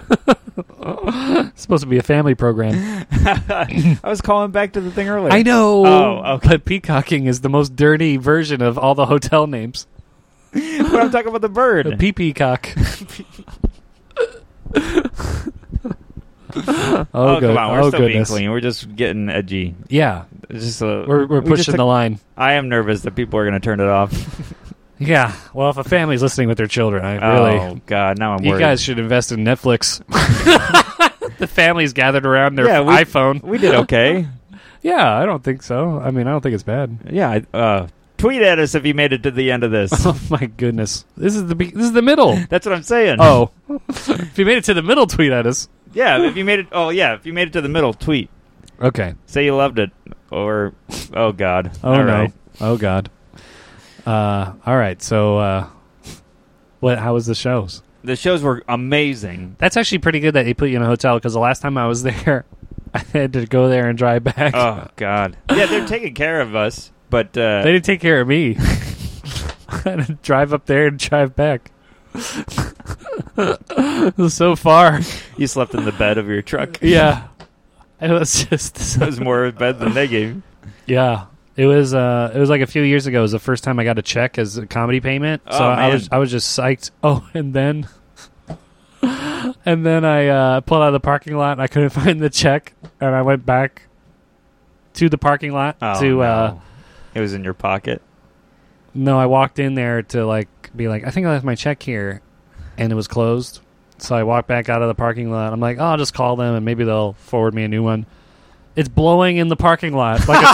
supposed to be a family program. I was calling back to the thing earlier. I know. Oh, okay. But peacocking is the most dirty version of all the hotel names. But I'm talking about the A bird. pea peacock. oh, oh, good. come on. We're oh still goodness. being clean. We're just getting edgy. Yeah, It's just a, we're we're we just pushing took- the line. I am nervous that people are going to turn it off. Yeah. Well, if a family's listening with their children, I really Oh, God. Now I'm You worried. guys should invest in Netflix. the families gathered around their Yeah, we- iPhone. we did okay. Yeah, I don't think so. I mean, I don't think it's bad. Yeah. I- Uh, tweet at us if you made it to the end of this. Oh my goodness, this is the be- this is the middle. That's what I'm saying. Oh, if you made it to the middle, tweet at us. yeah. If you made it, oh yeah. If you made it to the middle, tweet. Okay. Say you loved it, or oh god. Oh All no. right. Oh god. Uh, all right. So, uh, what? How was the shows? The shows were amazing. That's actually pretty good that they put you in a hotel because the last time I was there, I had to go there and drive back. Oh god. Yeah, they're taking care of us, but uh, They didn't take care of me. I had to drive up there and drive back. It was so far. you slept in the bed of your truck. Yeah. It was just That was more of a bed than they gave. you. Yeah. It was uh it was like a few years ago. It was the first time I got a check as a comedy payment. so Oh, I man. was I was just psyched. Oh, and then and then I uh pulled out of the parking lot and I couldn't find the check and I went back to the parking lot Oh, to uh no. it was in your pocket. no, I walked in there to like be like, I think I left my check here, and it was closed. So I walked back out of the parking lot. I'm like, oh, I'll just call them and maybe they'll forward me a new one. It's blowing in the parking lot like a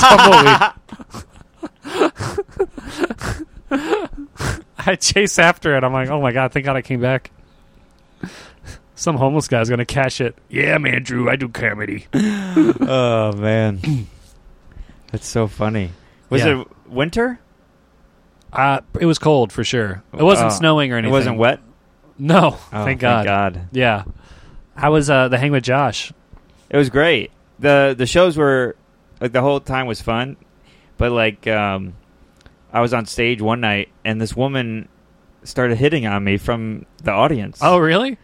tumbleweed. I chase after it. I'm like, oh my god, thank God I came back. Some homeless guy's gonna cash it. Yeah, man, Drew, I do comedy. oh man, that's so funny. Was Yeah. it winter? Uh, it was cold for sure. Uh, It wasn't Oh, snowing or It anything. wasn't wet. No, Oh, thank God. Thank God. Yeah. How was uh, the hang with Josh? It was great. the The shows were like the whole time was fun, but like um, I was on stage one night and this woman started hitting on me from the audience. Oh, really?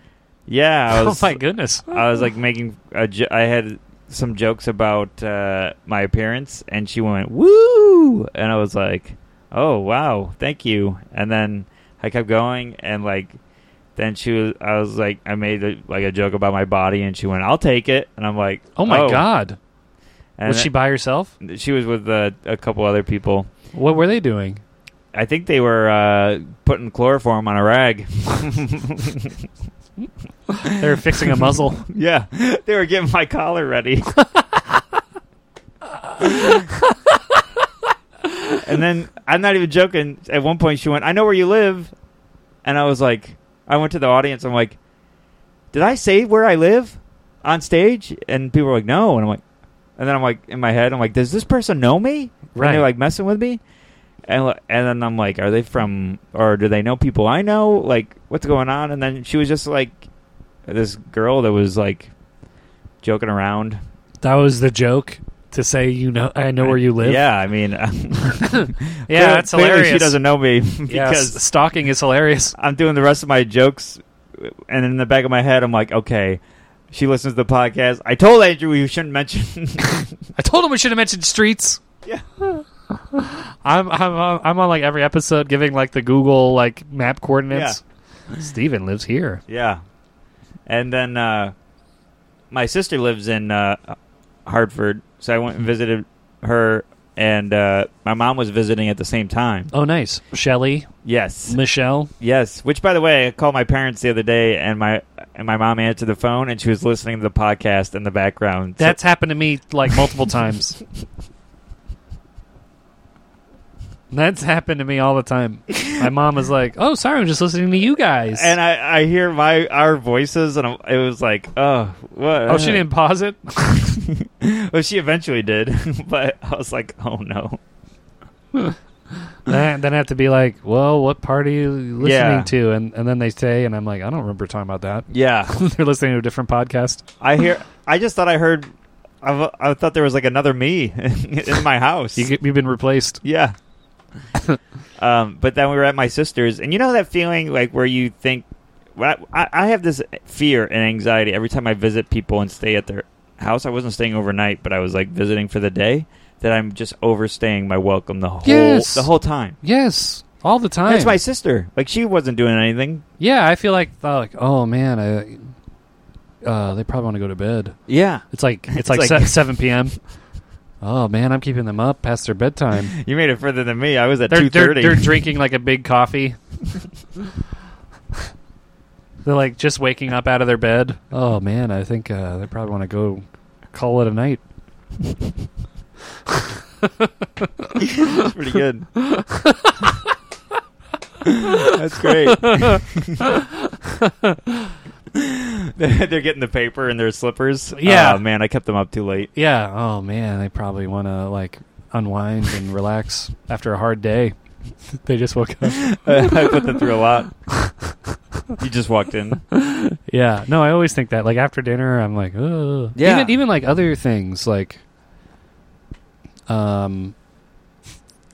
yeah, I was oh my goodness. I was like making a jo- I had some jokes about uh, my appearance and she went woo and I was like oh wow thank you and then I kept going and like then she was I was like I made a, like a joke about my body and she went I'll take it and I'm like Oh my god. and was she by herself? she was with uh, a couple other people. What were they doing? I think they were uh, putting chloroform on a rag. They were fixing a muzzle. yeah, they were getting my collar ready. and then I'm not even joking. At one point, she went, "I know where you live," and I was like, I went to the audience. I'm like, "Did I say where I live on stage?" And people were like, "No," and I'm like, and then I'm like in my head, I'm like, "Does this person know me?" Right. And they're like messing with me. And, li- and then I'm like, are they from, or do they know people I know? Like, what's going on? And then she was just like, this girl that was like joking around. That was the joke to say you know I know where you live. Yeah, I mean, um, Yeah, that's clearly hilarious. She doesn't know me because Yeah, s- stalking is hilarious. I'm doing the rest of my jokes, and in the back of my head, I'm like, okay, she listens to the podcast. I told Andrew you shouldn't mention. I told him we should have mentioned streets. yeah, I'm I'm on, I'm on like every episode giving like the Google like map coordinates. Steven lives here. Yeah. And then uh, my sister lives in uh, Hartford, so I went and visited her, and uh, my mom was visiting at the same time. Oh, nice. Shelly, Yes. Michelle. Yes. Which, by the way, I called my parents the other day, and my and my mom answered the phone, and she was listening to the podcast in the background. So- That's happened to me like multiple times. That's happened to me all the time. My mom is like, "Oh, sorry, I'm just listening to you guys." and I, I hear my our voices, and I'm, it was like, oh, what? oh, she didn't pause it. well, she eventually did, but I was like, oh no. then then I have to be like, "Well, what party are you listening Yeah. to?" And and then they say, and I'm like, "I don't remember talking about that." Yeah. They're listening to a different podcast. I hear. I just thought I heard. I, I thought there was like another me in my house. You get, you've been replaced. yeah. um, but then we were at my sister's, and you know that feeling like where you think. Well, I, I have this fear and anxiety every time I visit people and stay at their house. I wasn't staying overnight, but I was like visiting for the day. That I'm just overstaying my welcome the whole Yes. the whole time. Yes, all the time. And it's my sister. Like she wasn't doing anything. yeah, I feel like uh, like oh man, I uh, they probably want to go to bed. Yeah, It's like it's, It's like, like- se- seven p.m. Oh man, I'm keeping them up past their bedtime. you made it further than me. I was at They're two they're, thirty. they're drinking like a big coffee. they're like just waking up out of their bed. Oh man, I think uh, they probably want to go call it a night. pretty good. That's great. they're they're getting the paper in their slippers. Yeah. Oh, man, I kept them up too late. Yeah. Oh man, they probably want to like unwind and relax after a hard day. they just woke up. I put them through a lot. You just walked in. Yeah. No, I always think that. Like after dinner, I'm like, Ugh. Yeah. Even even like other things like. Um.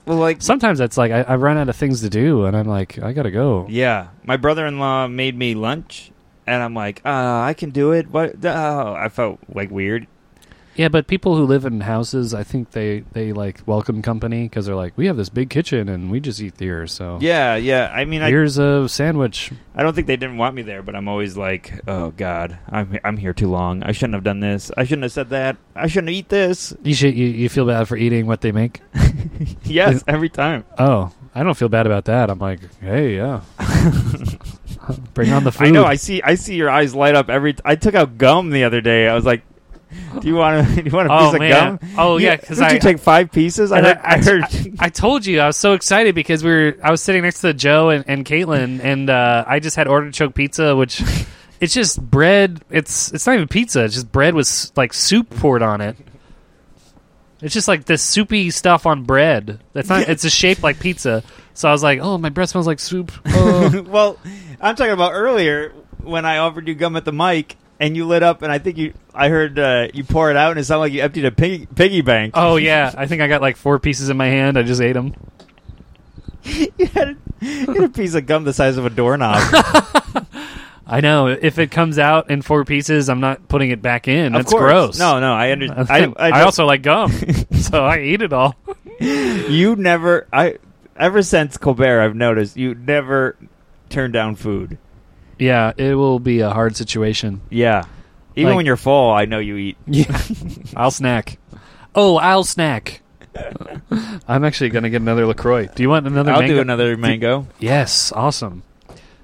Well, like, Sometimes it's like I, I run out of things to do, and I'm like, I gotta go. yeah, my brother-in-law made me lunch, and I'm like, uh, I can do it. What? Oh, I felt like weird. Yeah, but people who live in houses, I think they they like welcome company because they're like, we have this big kitchen and we just eat here. So Yeah, yeah. I mean, I, here's a sandwich. I don't think they didn't want me there, but I'm always like, oh god, I'm I'm here too long. I shouldn't have done this. I shouldn't have said that. I shouldn't eat this. You should you, you feel bad for eating what they make. Yes, every time. Oh, I don't feel bad about that. I'm like, hey, yeah, bring on the food. I know. I see. I see your eyes light up every. T- I took out gum the other day. I was like, "Do you want to? Do you want a Oh, piece of man. gum? Oh, yeah, 'cause Because you I- take five pieces. I and heard. I- I, heard I told you I was so excited because we were. I was sitting next to Joe and, and Caitlin, and uh, I just had artichoke pizza, which it's just bread. It's it's not even pizza. It's just bread with s- like soup poured on it. It's just like this soupy stuff on bread. That's not. It's a shape like pizza. So I was like, oh, my breath smells like soup. Oh. well, I'm talking about earlier when I offered you gum at the mic and you lit up, and I think you. I heard uh, you pour it out, and it sounded like you emptied a piggy, piggy bank. oh yeah, I think I got like four pieces in my hand. I just ate them. you, had a, you had a piece of gum the size of a doorknob. I know. If it comes out in four pieces, I'm not putting it back in. of That's course. gross. No, no. I understand. I, I also like gum, so I eat it all. you never I ever since Colbert I've noticed you never turn down food. Yeah, it will be a hard situation. Yeah. Even Like- when you're full, I know you eat. Yeah, I'll snack. Oh, I'll snack. I'm actually going to get another Lacroix. Do you want another? I'll mango? do another mango. Yes, awesome.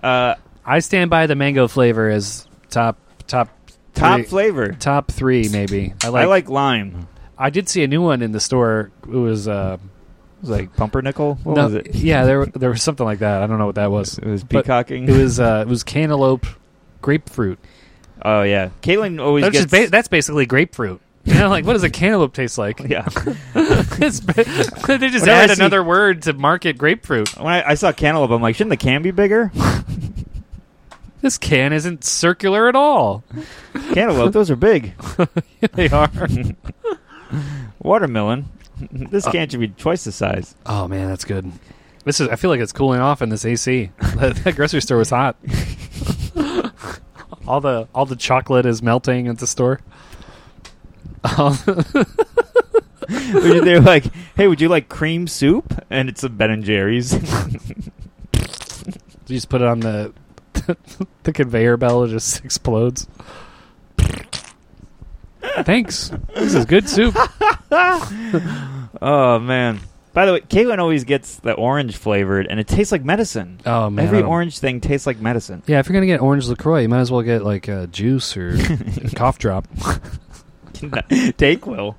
Uh, I stand by the mango flavor as top top top three, flavor. top three maybe. I like, I like lime. I did see a new one in the store. It was uh, It was like pumpernickel. What no, was it? yeah, there there was something like that. I don't know what that was. It was But peacocking. It was uh, it was cantaloupe grapefruit. oh yeah. Caitlin always That's, gets just ba- that's basically grapefruit. You know, like what does a cantaloupe taste like? yeah. It's ba- they just Whenever I add see- Oh. another word to market grapefruit. When I, I saw cantaloupe, I'm like, shouldn't the can be bigger? This can isn't circular at all. cantaloupe, those are big. they are. Watermelon. Uh, This can should be twice the size. oh man, that's good. This is. I feel like it's cooling off in this AC. that, that grocery store was hot. all the all the chocolate is melting at the store. Um, They're like, "Hey, would you like cream soup?" And it's a Ben and Jerry's. You just put it on the the conveyor belt. It just explodes. Thanks. This is good soup. oh man! By the way, Caitlin always gets the orange flavored, and it tastes like medicine. Oh man. I Every don't- orange thing tastes like medicine. Yeah, if you're gonna get orange Lacroix, you might as well get like a juice or cough drop. Take will.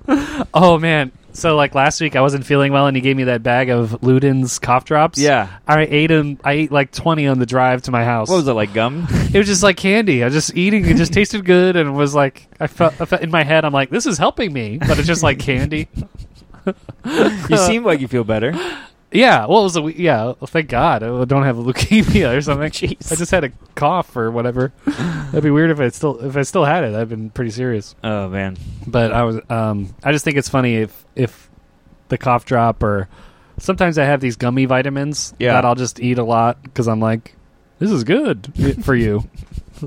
Oh man. So like last week, I wasn't feeling well, and he gave me that bag of Luden's cough drops. Yeah. I ate them. I ate like twenty on the drive to my house. What was it like gum? It was just like candy. I was just eating. It just tasted good, and it was like I felt, I felt in my head. I'm like, this is helping me, but it's just like candy. you uh, seem like you feel better. Yeah. Well, it was a we- yeah. Well, thank God I don't have leukemia or something. Jeez. I just had a cough or whatever. That'd be weird if I still if I still had it. I've been pretty serious. Oh man. But I was. Um. I just think it's funny if if the cough drop or sometimes I have these gummy vitamins Yeah. that I'll just eat a lot because I'm like, this is good for you.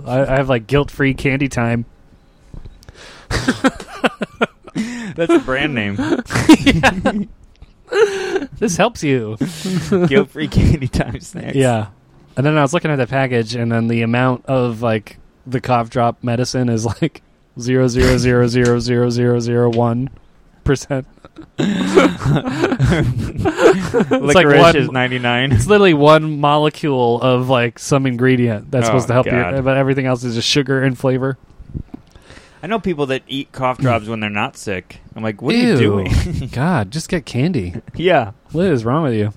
I, I have like guilt free candy time. That's a brand name. This helps you. Guilt free candy time snacks. Yeah. And then I was looking at the package, and then the amount of like the cough drop medicine is like zero zero zero zero zero zero zero one percent. Licorice like one- is 99. It's literally one molecule of like some ingredient that's Oh, supposed to help you, God. but everything else is just sugar and flavor. I know people that eat cough drops when they're not sick. I'm like, what are you Ew. doing? God, just get candy. yeah. What is wrong with you?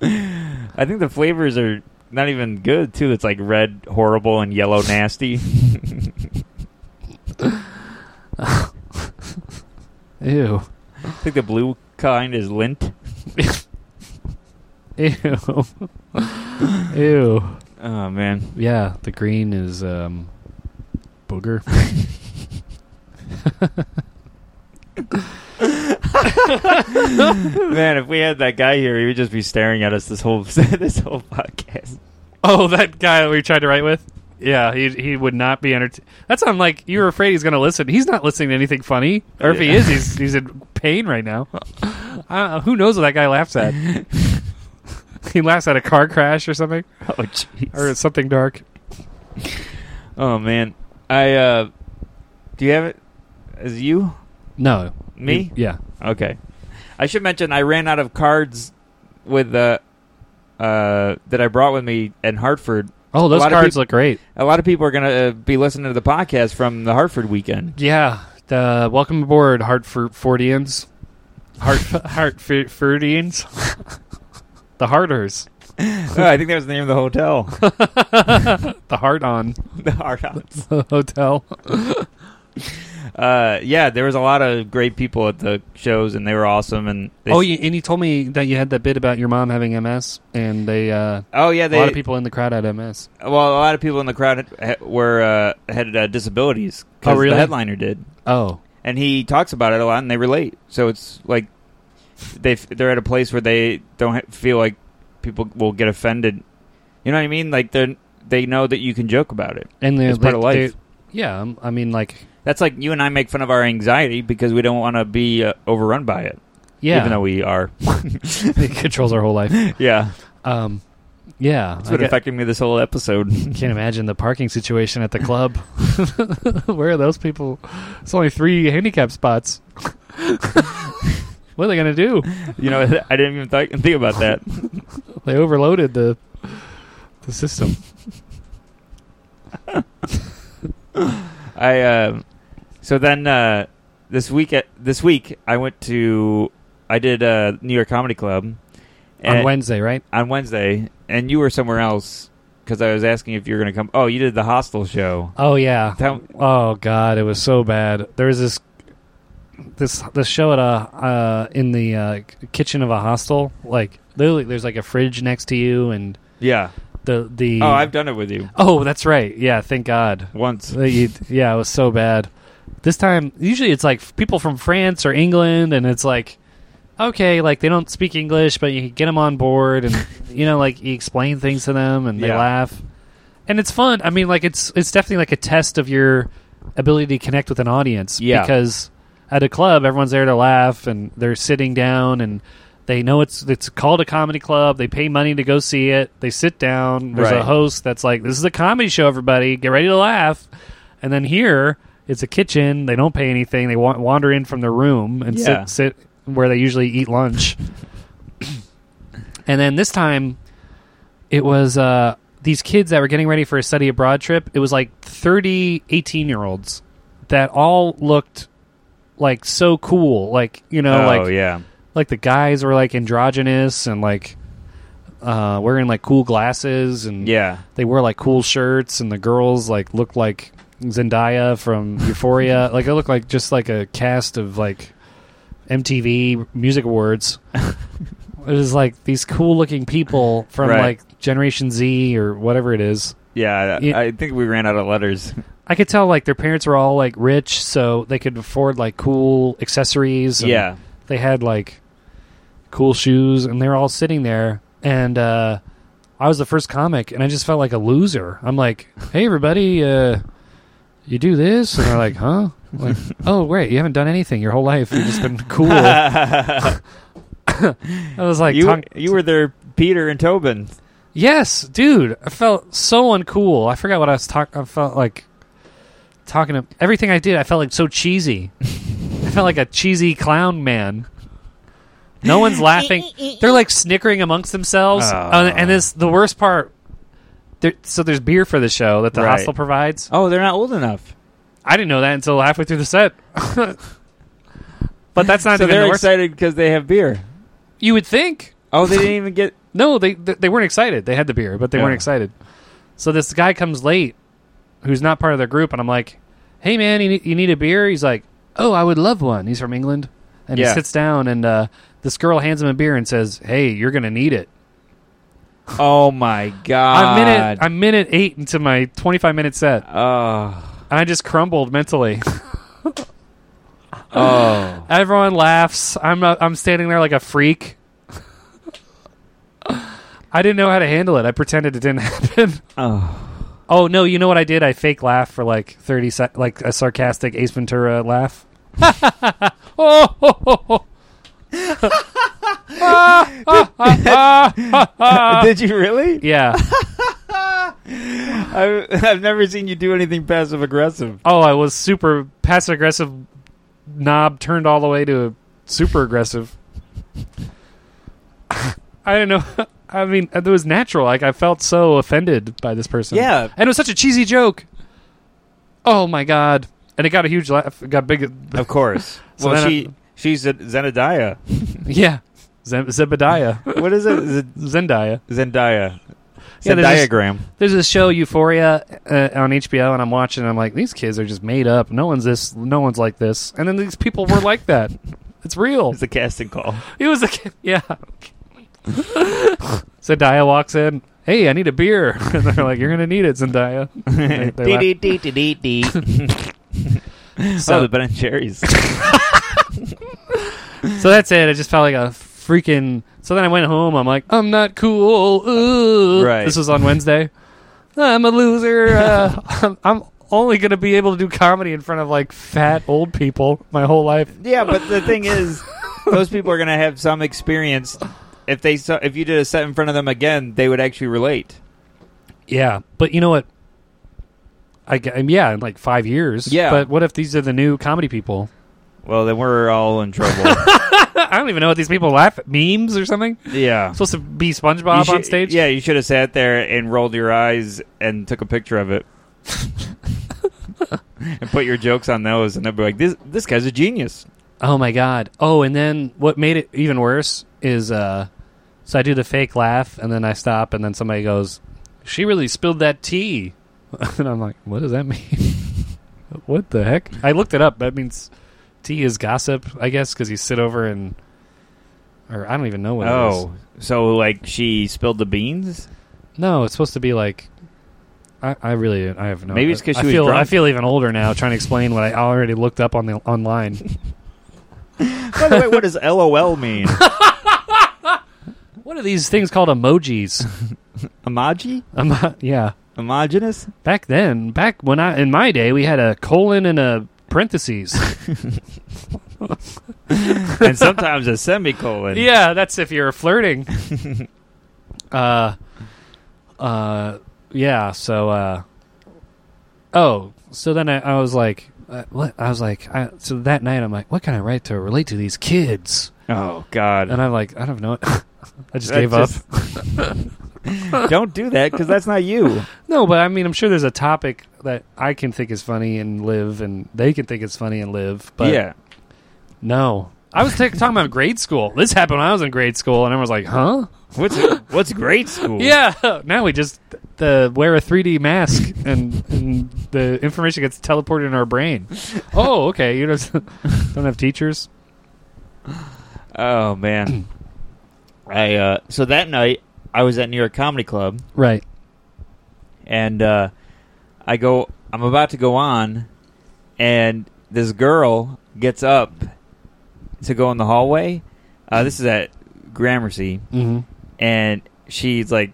I think the flavors are not even good, too. It's like red, horrible, and yellow, nasty. Ew. I think the blue kind is lint. Ew. Ew. Oh, man. Yeah, the green is um, booger. Man, if we had that guy here, he would just be staring at us this whole this whole podcast. Oh, that guy we tried to write with. Yeah, he he would not be entertained. That's on like you were afraid he's going to listen. He's not listening to anything funny, or if he Yeah. is, he's he's in pain right now. Uh, who knows what that guy laughs at? he laughs at a car crash or something, Oh, jeez. or something dark. Oh man, I uh, do you have it? Is it you No, me? Yeah, Okay, I should mention I ran out of cards with uh, uh, that I brought with me in Hartford. Oh, A those lot of cards peop- look great. A lot of people are gonna uh, be listening to the podcast from the Hartford weekend. Yeah, the welcome aboard Hartford Fordians, Hart Hartfordians, the Harders, Oh, I think that was the name of the hotel, the Hard On the Hardouts. Hotel. Uh, yeah, there was a lot of great people at the shows, and they were awesome. And they, oh, you, and you told me that you had that bit about your mom having MS, and they uh, oh yeah, they a lot of people in the crowd had MS. Well, a lot of people in the crowd had, were uh, had uh, disabilities. 'cause Oh, really? The headliner did, Oh, and he talks about it a lot, and they relate. So it's like they f- they're at a place where they don't ha- feel like people will get offended. You know what I mean? Like they they know that you can joke about it. and they, It's part they- of life. they- yeah, um, I mean, like, That's like you and I make fun of our anxiety because we don't want to be uh, overrun by it, yeah, even though we are. it controls our whole life. yeah, Um, yeah, that's I what get- affected me this whole episode. can't imagine the parking situation at the club. Where are those people? It's only three handicap spots. what are they gonna do? you know, I didn't even th- think about that. They overloaded the the system. I um so then uh, this week this week I went to I did uh, New York Comedy Club on and- Wednesday, right? on Wednesday, and you were somewhere else because I was asking if you were going to come. Oh, you did the hostel show. Oh yeah. Tell- oh god, it was so bad. There was this this this show at a uh, in the uh, kitchen of a hostel. Like literally, there's like a fridge next to you, and yeah. the the Oh, I've done it with you oh that's right. Yeah, thank God. once. They- Uh, you- yeah, it was so bad. This time, usually it's like people from France or England, and it's like, okay, like they don't speak English, but you get them on board, and you know, like you explain things to them, and they Yeah. laugh, and it's fun. I mean, like it's it's definitely like a test of your ability to connect with an audience Yeah. because at a club, everyone's there to laugh, and they're sitting down, and they know it's it's called a comedy club. They pay money to go see it. They sit down. There's Right. a host that's like, "This is a comedy show, everybody. Get ready to laugh." And then here, it's a kitchen. They don't pay anything. They wa- wander in from their room and Yeah. sit sit where they usually eat lunch. and then this time, it was uh, these kids that were getting ready for a study abroad trip. It was like 30 18 year olds that all looked like so cool. Like, you know, oh like yeah, like the guys were like androgynous and like uh, wearing like cool glasses and yeah. they wore like cool shirts and the girls like looked like Zendaya from Euphoria. like it looked like just like a cast of like MTV Music Awards. it was like these cool looking people from Right. like Generation Z or whatever it is. Yeah, Yeah. I I think we ran out of letters. I could tell like their parents were all like rich, so they could afford like cool accessories. and yeah, they had like cool shoes, and they were all sitting there. And uh, I was the first comic, and I just felt like a loser. I'm like, "Hey, everybody, uh, you do this?" And they're like, "Huh?" I'm like, oh, wait, you haven't done anything your whole life. You've just been cool. I was like, you talk- you were their Peter and Tobin. Yes, dude. I felt so uncool. I forgot what I was talking. I felt like talking to everything I did. I felt like so cheesy. I felt like a cheesy clown man. No one's laughing. They're like snickering amongst themselves. Uh, Oh. And- and this the worst part. There, so there's beer for the show that the Right. hostel provides. Oh, they're not old enough. I didn't know that until halfway through the set. but that's not so even the they're worst. excited because they have beer. You would think. Oh, they didn't even get. No, they th- they weren't excited. They had the beer, but they Yeah. weren't excited. So this guy comes late, who's not part of their group, and I'm like, "Hey, man, you need, you need a beer?" He's like, "Oh, I would love one." He's from England, and Yeah. he sits down, and uh, this girl hands him a beer and says, "Hey, you're gonna need it." Oh my god! I'm minute I'm minute eight into my 25 minute set, oh, and I just crumbled mentally. oh, Everyone laughs. I'm uh, I'm standing there like a freak. I didn't know how to handle it. I pretended it didn't happen. oh. Oh no! You know what I did? I fake laugh for like thirty, sec- like a sarcastic Ace Ventura laugh. oh, ho, ho, ho. Did you really? Uh, yeah. I've, I've never seen you do anything passive aggressive. Oh, I was super passive aggressive knob turned all the way to super aggressive. I don't know. I mean, it was natural. Like I felt so offended by this person. Yeah. and it was such a cheesy joke. Oh my god! And it got a huge laugh. It got big. Of course. So well, then she she's a Zendaya. Yeah, Zeb- Zebediah, What is it? Is it Zendaya. Yeah, Zendaya. there's this- Zendiagram. There's this show Euphoria uh, on HBO, and I'm watching. and I'm like, these kids are just made up. No one's this. No one's like this. And then these people were like that. It's real. It's the casting call. It was a kid. Yeah. Zendaya walks in. Hey, I need a beer. And they're like, you're gonna need it, Zendaya. They- they laugh. Dee-dee-dee-dee-dee-dee. So- oh, the Ben and Jerry's. so that's it. I just felt like a freaking. So then I went home. I'm like, I'm not cool. Ooh. Right. This was on Wednesday. I'm a loser. Uh, I'm, I'm only gonna be able to do comedy in front of like fat old people my whole life. yeah, but the thing is, those people are going to have some experience. If they saw, if you did a set in front of them again, they would actually relate. Yeah, but you know what? I g- I mean, yeah, in like five years. Yeah. but what if these are the new comedy people? Well, then we're all in trouble. I don't even know what these people laugh at. memes or something. yeah. I'm supposed to be SpongeBob You should- on stage. Yeah, you should have sat there and rolled your eyes and took a picture of it. and put your jokes on those, and they'll be like, "This this guy's a genius." Oh my god. Oh, and then what made it even worse is uh so I do the fake laugh and then I stop and then somebody goes, "She really spilled that tea." and I'm like, "What does that mean?" what the heck? I looked it up. That means tea is gossip, I guess, cuz you sit over and or I don't even know what it Oh, so like she spilled the beans? is. No, it's supposed to be like I, I really I have no Maybe it's 'cause I she was feel drunk. I feel even older now trying to explain what I already looked up on the online. By the way, what does LOL mean? what are these things called emojis? Emoji? Emo- yeah. Homogenous? back then, back when I in my day, we had a colon and a parentheses. and sometimes a semicolon. yeah, that's if you're flirting. uh, uh, yeah. So, uh, oh, so then I, I was like, uh, what? I was like, I, so that night I'm like, what can I write to relate to these kids? Oh God! And I'm like, I don't know. I just That gave just- up. Don't do that because that's not you. No, but I mean, I'm sure there's a topic that I can think is funny and live, and they can think it's funny and live. But yeah. no, I was t- talking about grade school. This happened when I was in grade school, and everyone was like, "Huh? What's what's grade school? Yeah." Now we just the wear a 3D mask, and, and the information gets teleported in our brain. oh, okay. You just don't have teachers. Oh man. I uh, so that night I was at New York Comedy Club Right. and uh, I go. I'm about to go on, and this girl gets up to go in the hallway. Uh, this is at Gramercy, Mm-hmm. and she's like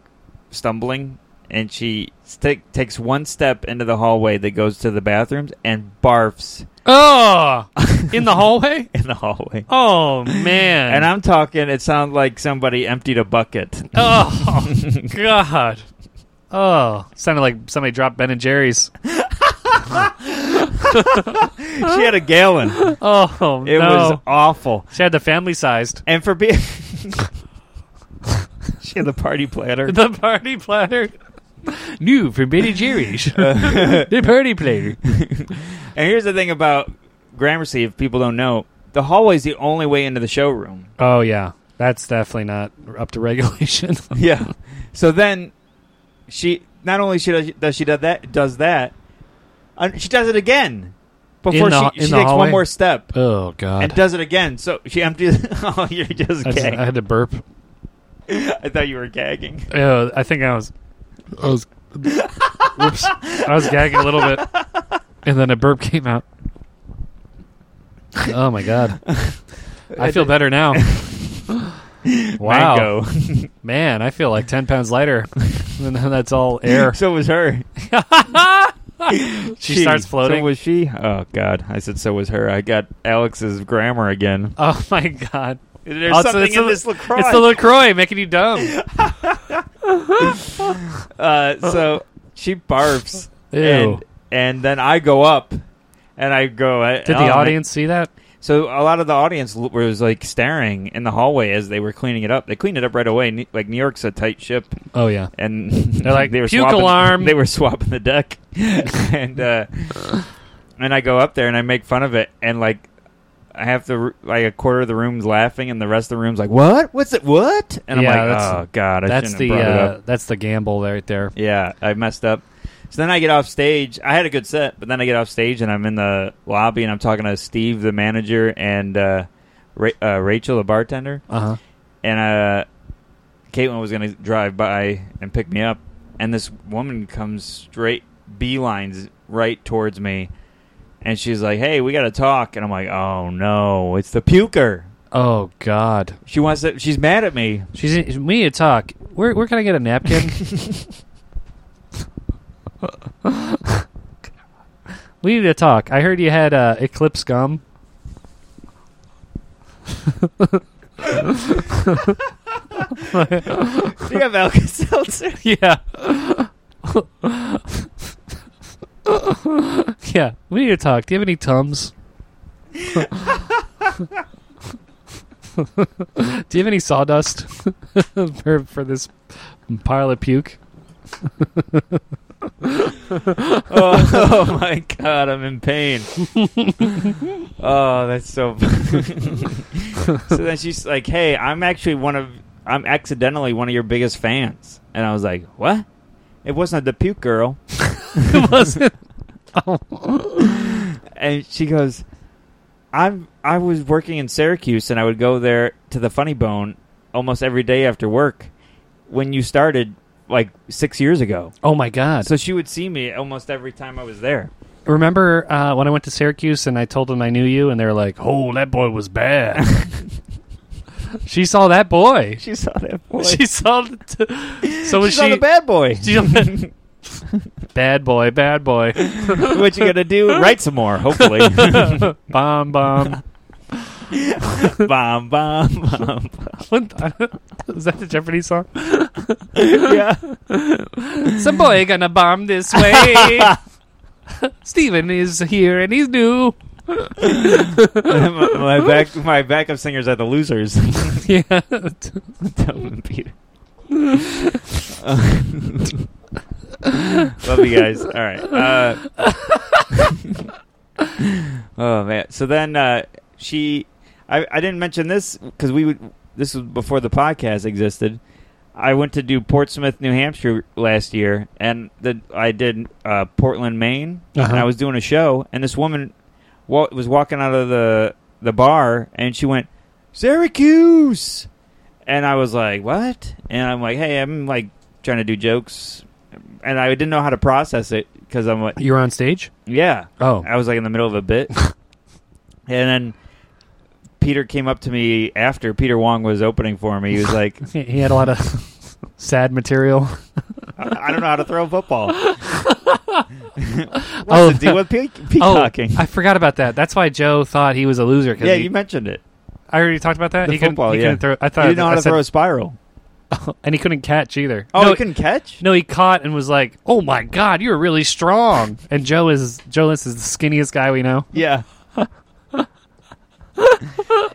stumbling, and she st- takes one step into the hallway that goes to the bathrooms and barfs Ah! Oh, in the hallway. in the hallway. Oh man. And I'm talking. It sounds like somebody emptied a bucket. Oh God! Oh, sounded like somebody dropped Ben and Jerry's. she had a gallon. It Oh no! was awful. she had the family sized And for being. she had the party platter. the party platter. New from Ben and Jerry's, Uh, the party platter. And here's the thing about Gramercy, if people don't know, the hallway's the only way into the showroom. Oh yeah, that's definitely not up to regulation. Yeah. So then she not only she does, does she does that does that, uh, she does it again before In the- she, in she the takes hallway? one more step oh God! and does it again. So she empties. oh, you're just I, just- I gagging. had to burp. I thought you were gagging. Oh, I think I was, I was, whoops, I was gagging a little bit, and then a burp came out. Oh my God! I feel better now. Wow. Mango. Man, I feel like 10 pounds lighter. and then that's all air. Oh, so was her. She starts floating. So was she? Oh God! I said so was her. I got Alex's grammar again. oh my god. There's Also, something oh, it's the- in this Lacroix. It's the LaCroix making you dumb. uh, so she barfs, Ew. and and then I go up, and I go. I, Did oh, man. the audience see that? So a lot of the audience l- was like staring in the hallway as they were cleaning it up. They cleaned it up right away. Ne- Like New York's a tight ship, Oh yeah. and They're like, they were "Puke swapping, alarm." They were swapping the deck, and uh, and I go up there and I make fun of it, and like I have the r- like a quarter of the room's laughing, and the rest of the room's like, "What? What's it? What?" And I'm Yeah, like, that's- "Oh God, I that's shouldn't the have brought it uh, up." that's the gamble right there. Yeah, I messed up. So then I get off stage. I had a good set, but then I get off stage and I'm in the lobby and I'm talking to Steve, the manager, and uh, Ra- uh, Rachel, the bartender Uh-huh. and uh, Caitlin was gonna drive by and pick me up, and this woman comes straight beelines right towards me, and she's like, "Hey, we gotta talk," and I'm like, "Oh no, it's the puker." Oh god. She wants to. She's mad at me. She's we need to talk. Where where can I get a napkin? we need to talk. I heard you had uh, eclipse gum. Do you have Alka Seltzer? Yeah. yeah. We need to talk. Do you have any Tums? Do you have any sawdust for for this pile of puke? oh, oh my god, I'm in pain. oh, that's so. so then she's like, "Hey, I'm actually one of, I'm accidentally one of your biggest fans," and I was like, "What? It wasn't the puke girl." it Oh. wasn't. And she goes, "I'm, I was working in Syracuse, and I would go there to the Funny Bone almost every day after work when you started." Like six years ago, Oh my god. so she would see me almost every time I was there. Remember uh, when I went to Syracuse and I told them I knew you, and they were like, "Oh, that boy was bad." she saw that boy. She saw that boy. She saw. The t- so was She's on she? the bad boy. she- Bad boy, bad boy. what you gonna do? Write some more, hopefully. bomb, bomb. bomb, bomb, bomb. What the- Is that the Jeopardy song? yeah. Some boy gonna bomb this way. Steven is here and he's new. my, my back, my backup singers are the losers. Yeah. Tom and Peter. Love you guys. All right. Uh, oh man. So then uh, she, I, I didn't mention this because we would. This was before the podcast existed. I went to do Portsmouth, New Hampshire last year, and the, I did uh, Portland, Maine, Uh-huh. and I was doing a show, and this woman wa- was walking out of the the bar, and she went, "Syracuse." And I was like, "What?" And I'm like, "Hey, I'm like trying to do jokes," and I didn't know how to process it because I'm like, You're on stage? "Yeah." Oh. I was like in the middle of a bit, and then Peter came up to me after Peter Wong was opening for me. He was like, He- He had a lot of sad material. "I I don't know how to throw a football." What's Oh. the deal with pe- peacocking? I forgot about that. That's why Joe thought he was a loser. 'cause yeah, he- you mentioned it. I already talked about that. The he football, couldn't, he yeah. couldn't throw. I You thought didn't know how I to said- throw a spiral. and he couldn't catch either. Oh, no, you couldn't catch. No, he caught and was like, "Oh my god, you're really strong." And Joe is Joe List is the skinniest guy we know. Yeah.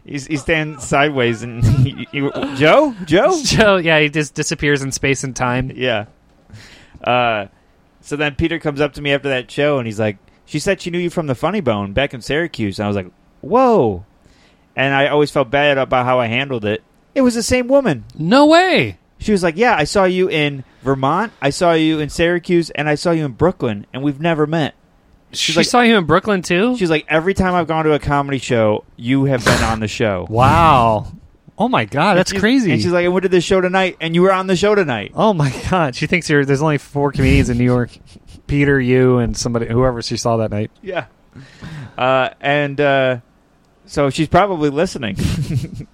he's, he's standing sideways and he, he- Joe, Joe, Joe, yeah, he just disappears in space and time. Oh. yeah. Uh, so then Peter comes up to me after that show and he's like, "She said she knew you from the Funny Bone back in Syracuse." And I was like, "Whoa!" And I always felt bad about how I handled it. It was the same woman. No way. She was like, "Yeah, I saw you in Vermont. I saw you in Syracuse, and I saw you in Brooklyn, and we've never met." She She's like- saw you in Brooklyn too. She's like, "Every time I've gone to a comedy show, you have been on the show." wow. Oh my god, that's And she's- crazy. And she's like, I went to this show tonight, and you were on the show tonight. "Oh my god." She thinks you're, there's only four comedians in New York: Peter, you, and somebody, whoever she saw that night. Yeah. Uh, and uh, so she's probably listening.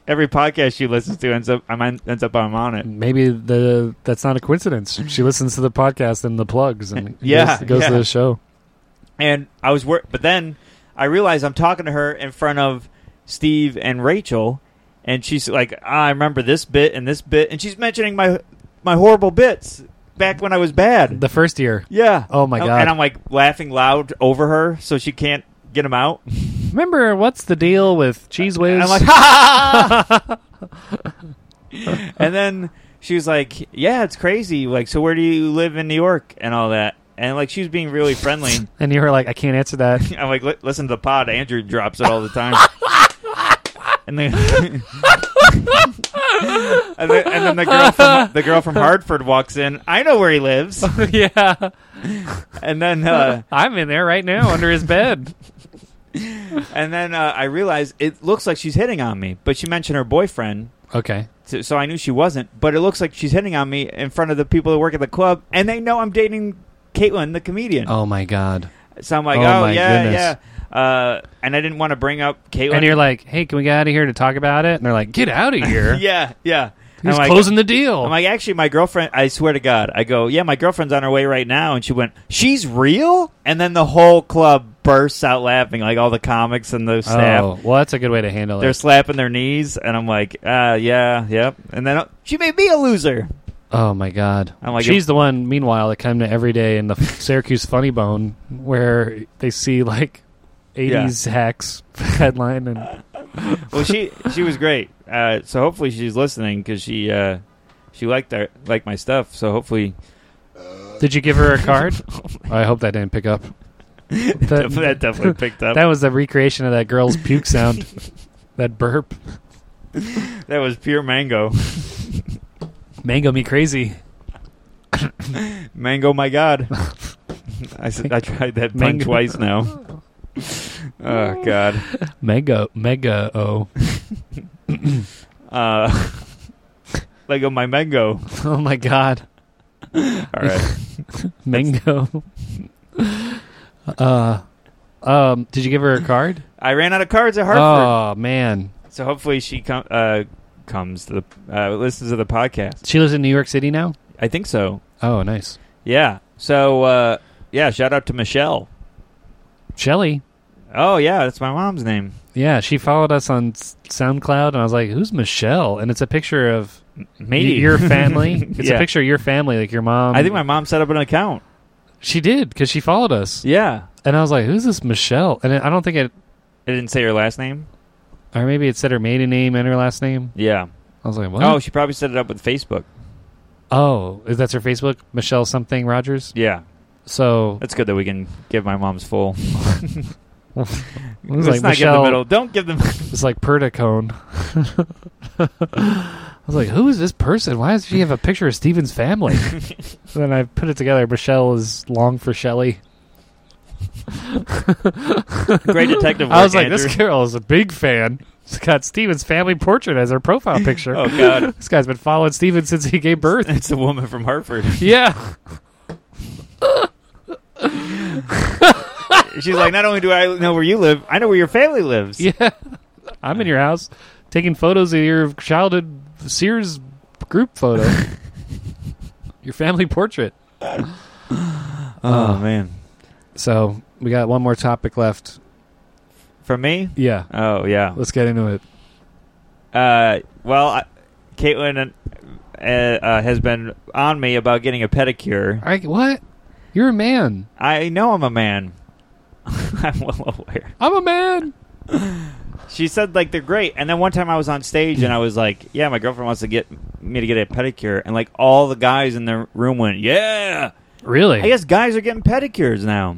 Every podcast she listens to ends up I'm on, ends up I'm on it. Maybe the that's not a coincidence. She listens to the podcast and the plugs, and Yeah, goes, goes yeah. to the show. And I was wor- but then I realized I'm talking to her in front of Steve and Rachel, and she's like, "Ah, I remember this bit and this bit, and she's mentioning my my horrible bits back when I was bad. The first year, yeah. Oh, my God. And I'm like laughing loud over her, so she can't get them out. remember what's the deal with cheese whiz? And I'm like, ha! and then she was like, "Yeah, it's crazy. Like, so where do you live in New York and all that?" And like, she was being really friendly. And you were like, I can't answer that. I'm like, "Li- "Listen to the pod. Andrew drops it all the time." and then. and, then, and then the girl from the girl from Hartford walks in. I know where he lives. yeah. And then uh, I'm in there right now under his bed. and then uh, I realize it looks like she's hitting on me, but she mentioned her boyfriend, Okay. So, so I knew she wasn't, but it looks like she's hitting on me in front of the people that work at the club, and they know I'm dating Caitlin, the comedian. Oh my god. So I'm like, Oh, oh, my yeah, goodness. yeah. Uh, and I didn't want to bring up Caitlin. And you're like, hey, can we get out of here to talk about it? And they're like, get out of here. yeah, yeah. And He's I'm like, closing the deal. I'm like, actually, my girlfriend. I swear to God, I go, yeah, my girlfriend's on her way right now, and she went, she's real. And then the whole club bursts out laughing, like all the comics and the staff. oh, well, that's a good way to handle They're it. slapping their knees, and I'm like, uh, yeah, yep. And then uh, she made me a loser. Oh my god. I'm like- She's the one. Meanwhile, that came to every day in the Syracuse Funny Bone, where they see like 80s hacks headline, and well, she she was great. Uh, so hopefully she's listening because she uh, she liked our liked my stuff. So hopefully did you give her a card? I hope that didn't pick up. that, definitely picked That up. that, was a recreation of that girl's puke sound. that burp. was pure mango. Mango me crazy. Mango, my god! I said I tried that pun Mango. twice now. oh god. Mega mega oh. Uh, Lego my mango. Oh my god. All right. Mango. uh um did you give her a card? I ran out of cards at Hartford, Oh man. so hopefully she com- uh, comes to the uh, listens to the podcast. She lives in New York City now? I think so. Oh nice. Yeah, So uh, yeah, shout out to Michelle. Shelly. Oh yeah, that's my mom's name. Yeah, she followed us on S- SoundCloud, and I was like, "Who's Michelle?" And it's a picture of y- Maybe your family. It's a Yeah. picture of your family, like your mom. I think my mom set up an account. she did because she followed us, Yeah. and I was like, "Who's this Michelle?" And I don't think it, It didn't say her last name. or maybe it said her maiden name and her last name. Yeah. I was like, "What?" Oh, she probably set it up with Facebook. Oh, is that's her Facebook, Michelle something Rogers. Yeah. So That's good that we can give my mom's full. it was like Let's not give Michelle. the middle. Don't give them. It's like Perdicone. I was like, "Who is this person? Why does she have a picture of Steven's family?" So then I put it together. Michelle is long for Shelley. Great detective. I work, was like, Andrew. "This girl is a big fan." She's got Steven's family portrait as her profile picture. Oh God, This guy's been following Steven since he gave birth. it's a woman from Hartford. yeah, She's like, not only do I know where you live, I know where your family lives. yeah. I'm in your house taking photos of your childhood Sears group photo, your family portrait. Oh Uh, man, So we got one more topic left. for me. Yeah, Oh yeah. let's get into it. Uh, well, I, Caitlin uh, uh, has been on me about getting a pedicure. All right, what? You're a man. I know I'm a man. I'm well aware. I'm a man. She said like they're great, and then one time I was on stage and I was like, "Yeah, my girlfriend wants to get me to get a pedicure," and like all the guys in the room went, "Yeah." Really? I guess guys are getting pedicures now.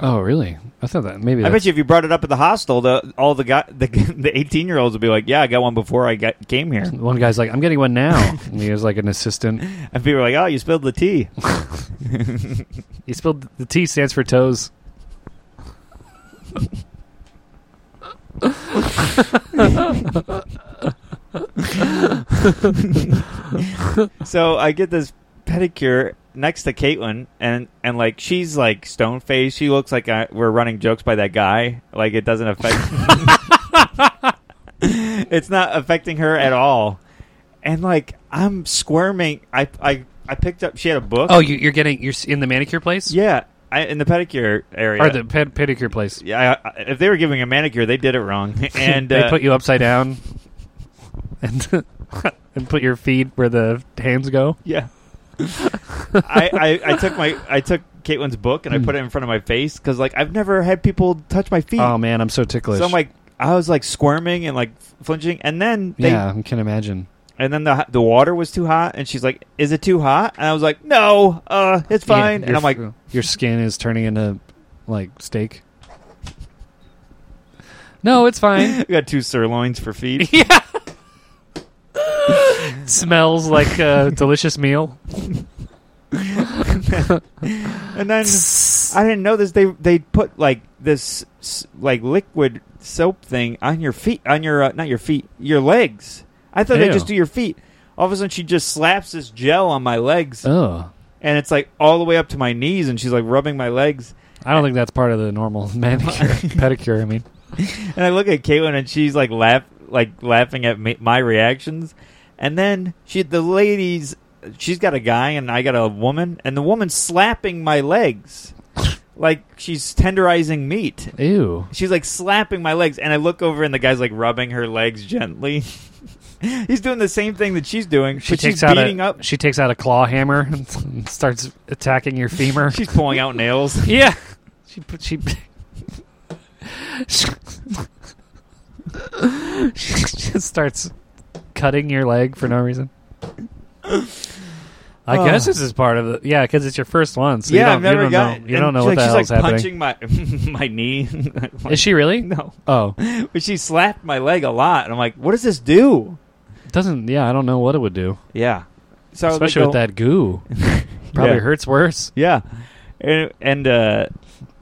oh, really? I thought that maybe. I that's- bet you if you brought it up at the hostel, the, all the guy, the the eighteen year olds would be like, "Yeah, I got one before I got, came here," One guy's like, I'm getting one now. and he was like an assistant. and people are like, "Oh, you spilled the tea." He spelled the T stands for toes. so I get this pedicure next to Caitlin, and and like she's like stone faced. She looks like I, we're running jokes by that guy. Like it doesn't affect. it's not affecting her at all, and like I'm squirming. I I I picked up. She had a book. Oh, you, you're getting you're s- in the manicure place yeah, I, in the pedicure area. or the ped- pedicure place. yeah, I, I- if they were giving a manicure, they did it wrong. And they uh, put you upside down and and put your feet where the hands go. Yeah. I, I, I took my I took Caitlin's book and I put it in front of my face because like I've never had people touch my feet. Oh man, I'm so ticklish. so I'm like I was like squirming and like flinching, and then they, yeah, I can imagine. and then the the water was too hot, and she's like, "Is it too hot?" And I was like, "No, uh, it's Yeah, fine." and your I'm like, f- your skin is turning into like steak. No, it's fine. "We got two sirloins for feet." yeah. Smells like a delicious meal. and then I didn't know this. They they put like this s- like liquid soap thing on your feet, on your uh, not your feet, your legs. I thought they Ew. just do your feet. All of a sudden, she just slaps this gel on my legs, Oh, and it's like all the way up to my knees, and she's like rubbing my legs. I don't think that's part of the normal manicure pedicure. I mean, And I look at Caitlin, and she's like laugh, like laughing at me, my reactions. And then she, the ladies, she's got a guy, and I got a woman, and the woman's slapping my legs, like she's tenderizing meat. ew. She's like slapping my legs, and I look over, and the guy's like rubbing her legs gently. He's doing the same thing that she's doing. She but takes she's out beating a up. she takes out a claw hammer and starts attacking your femur. She's pulling out nails. yeah, she put she. she just starts cutting your leg for no reason. I Oh. guess this is part of the yeah, because it's your first one. So yeah, you I've don't, you never don't got. know, you and don't know she's what like, the hell's she's like happening. punching my my knee. Like, Is she really? No, Oh, but she slapped my leg a lot, and I'm like, "What does this do?" doesn't yeah? I don't know what it would do, Yeah. So I was like, especially with "Well, that goo. Probably yeah. hurts worse. Yeah, and, and uh,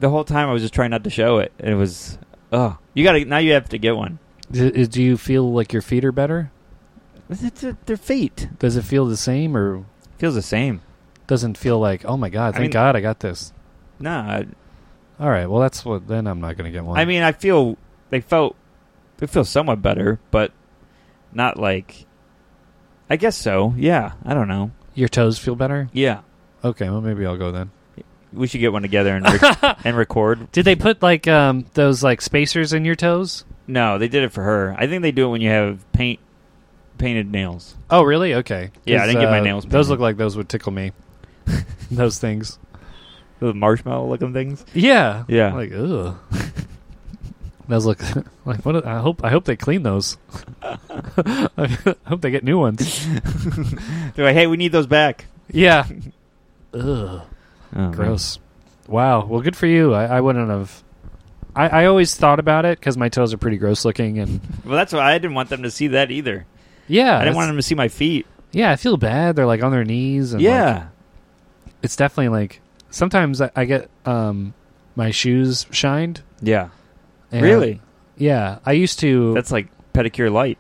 the whole time I was just trying not to show it. It was, oh, you got to now. You have to get one. Do, is- do you feel like your feet are better? It's, it's their feet Does it feel the same or feels the same. doesn't feel like oh my god? I Thank mean- God I got this. Nah, All right, well that's what. Then I'm not gonna get one. I mean, I feel they felt they feel somewhat better, but not like. I guess so. Yeah, I don't know. your toes feel better. Yeah, Okay, well maybe I'll go then. We should get one together and rec- and record. Did they put like um those like spacers in your toes? No, they did it for her. I think they do it when you have paint painted nails. Oh, really? Okay. Yeah, I 'Cause, uh, didn't get my nails Those painted. look like those would tickle me. those things. The marshmallow looking things. Yeah. Yeah. Like ugh. those look like what? I hope I hope they clean those. I hope they get new ones. They're like, hey, we need those back. Oh, Yeah. Ugh. Gross. Wow. Well, good for you. I, I wouldn't have. I, I always thought about it because my toes are pretty gross looking, and Well, that's why I didn't want them to see that either. yeah, I didn't want it's- them to see my feet. Yeah, I feel bad. They're like on their knees, and like, yeah. it's definitely like sometimes I, I get um my shoes shined. yeah. and- really? Yeah, I used to. That's like pedicure light.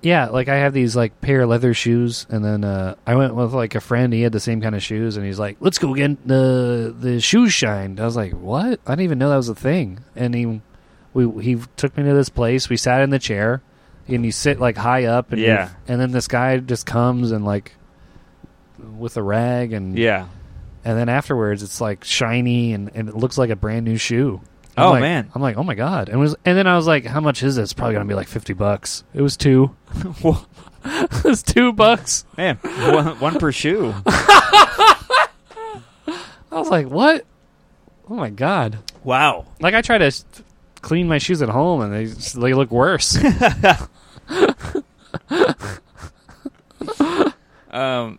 yeah, like I have these like pair of leather shoes, and then uh, I went with like a friend. He had the same kind of shoes, and he's like, "Let's go get the the shoes shined." I was like, "What? I didn't even know that was a thing." And he we he took me to this place. We sat in the chair, and you sit like high up, and you- Yeah. and then this guy just comes and like with a rag and Yeah. and then afterwards it's like shiny and, and it looks like a brand new shoe. Oh, like- man. I'm like, oh my god! And was and then I was like, how much is this? It's probably gonna be like fifty bucks. It was two. Wha- it was two bucks. Man, one, one per shoe. I was like, what? Oh my god! Wow. Like I try to s- clean my shoes at home and they s- they look worse. Um,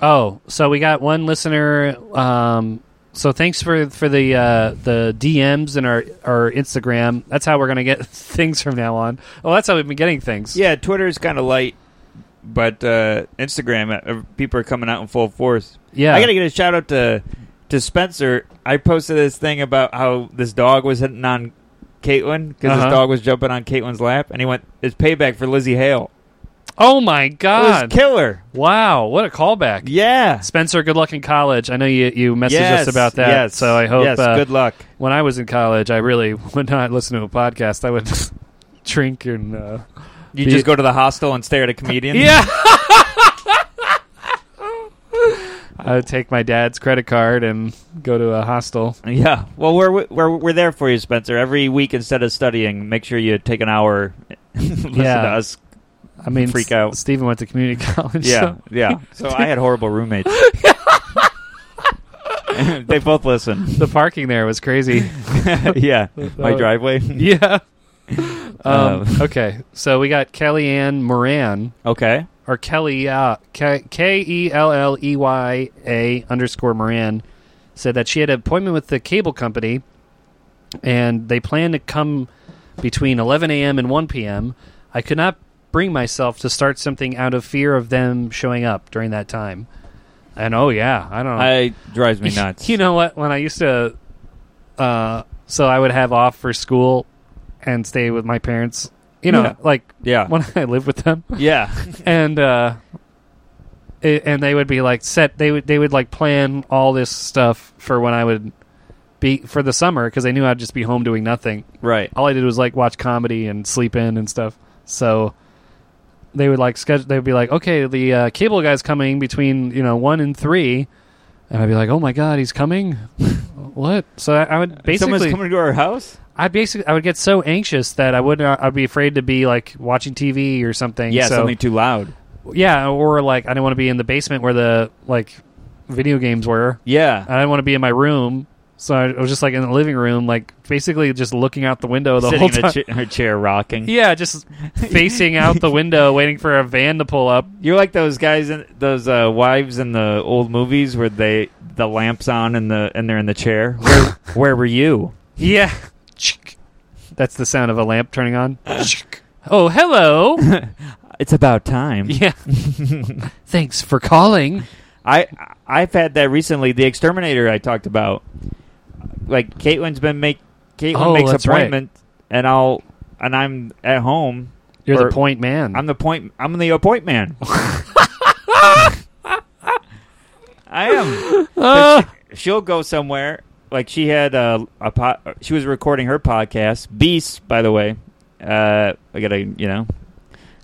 oh, so we got one listener. Um, so thanks for for the uh, the DMs and our our Instagram. That's how we're gonna get things from now on. Oh, that's how we've been getting things. yeah, Twitter is kind of light, but uh, Instagram, uh, people are coming out in full force. yeah. I gotta get a shout out to to Spencer. I posted this thing about how this dog was hitting on Caitlin because Uh-huh. this dog was jumping on Caitlin's lap, and he went, "It's payback for Lizzie Hale." Oh my It was God! killer. wow, what a callback! Yeah. Spencer, good luck in college. I know you you messaged Yes, us about that, yes, so I hope Yes. uh, good luck. when I was in college, I really would not listen to a podcast. I would drink and uh, You be- just go to the hostel and stare at a comedian. yeah. I would take my dad's credit card and go to a hostel. Yeah. Well, we're we're we're there for you, Spencer. Every week, instead of studying, make sure you take an hour. listen Yeah. to us. I mean, Freak S- out. Stephen went to community college. Yeah, so- yeah. So I had horrible roommates. they both listen. the parking there was crazy. yeah, my driveway. Uh, yeah. Um, Um. okay, so we got Kellyanne Moran. Okay. or Kelly uh, K K E L L E Y A underscore Moran said that she had an appointment with the cable company, and they plan to come between 11 a.m. and 1 p.m. I could not bring myself to start something out of fear of them showing up during that time. And oh yeah, I don't know. I drives me nuts. You know what? When I used to, uh, so I would have off for school and stay with my parents. You know, Yeah. like Yeah. when I lived with them Yeah. and uh it, and they would be like set they would they would like plan all this stuff for when I would be for the summer because they knew I'd just be home doing nothing. right. All I did was like watch comedy and sleep in and stuff. So they would like schedule they would be like okay the uh, cable guy's coming between you know 1 and 3 and I'd be like oh my god he's coming. what? So I, I would Someone's basically coming to our house. I basically I would get so anxious that I would not I'd be afraid to be like watching TV or something. Yeah, so, something too loud. yeah, or like I didn't want to be in the basement where the like video games were. Yeah. I didn't want to be in my room, so I was just like in the living room, like basically just looking out the window the Sitting whole in a, time. cha- a chair rocking. yeah, just facing out the window, waiting for a van to pull up. You're like those guys, in, those uh, wives in the old movies where they the lamps on and the and they're in the chair. Where, where were you? Yeah, Chick. that's the sound of a lamp turning on. Chick. oh, hello. It's about time. yeah, thanks for calling. I I've had that recently. The exterminator I talked about, like Caitlin's been make Caitlin Oh, makes that's right. appointment, and I'll and I'm at home. You're Or- the point man. I'm the point. I'm the appoint man. I am. 'Cause Ah! she- she'll go somewhere. Like she had a, a po- she was recording her podcast. Beast, by the way. Uh, I gotta you know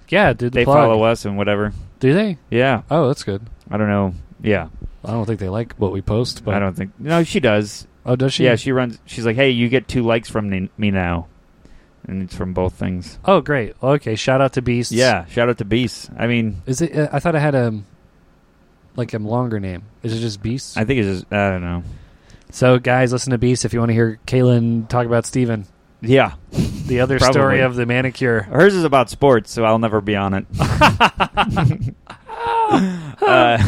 yeah, dude. they follow us and whatever. Do they? Yeah, Oh, that's good. I don't know Yeah, I don't think they like what we post. But I don't think. No, she does. Oh, does she? yeah, she runs. She's like, hey, you get two likes from ne- me now, and it's from both things. oh, great. Okay, shout out to Beasts. Yeah, shout out to Beast. I mean, Is it? Uh, I thought I had a like a longer name. Is it just Beasts? I think it's just I don't know. so, guys, listen to Beasts if you want to hear Kaylin talk about Steven. Yeah, The other Probably. story of the manicure. hers is about sports, so I'll never be on it. uh,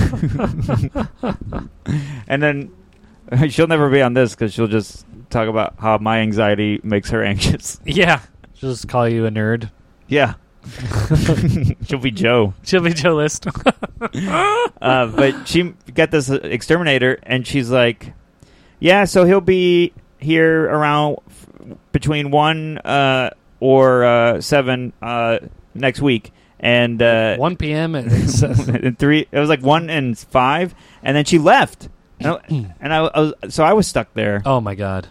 and then she'll never be on this because she'll just talk about how my anxiety makes her anxious. Yeah. She'll just call you a nerd. Yeah, she'll be Joe. She'll be Joe List. uh, but she got this uh, exterminator, and she's like, "Yeah, so he'll be here around f- between one uh, or uh, seven uh, next week." And uh, 1 p.m. and and three. It was like one and five, and then she left. And I, and I, I was, so I was stuck there, oh my god.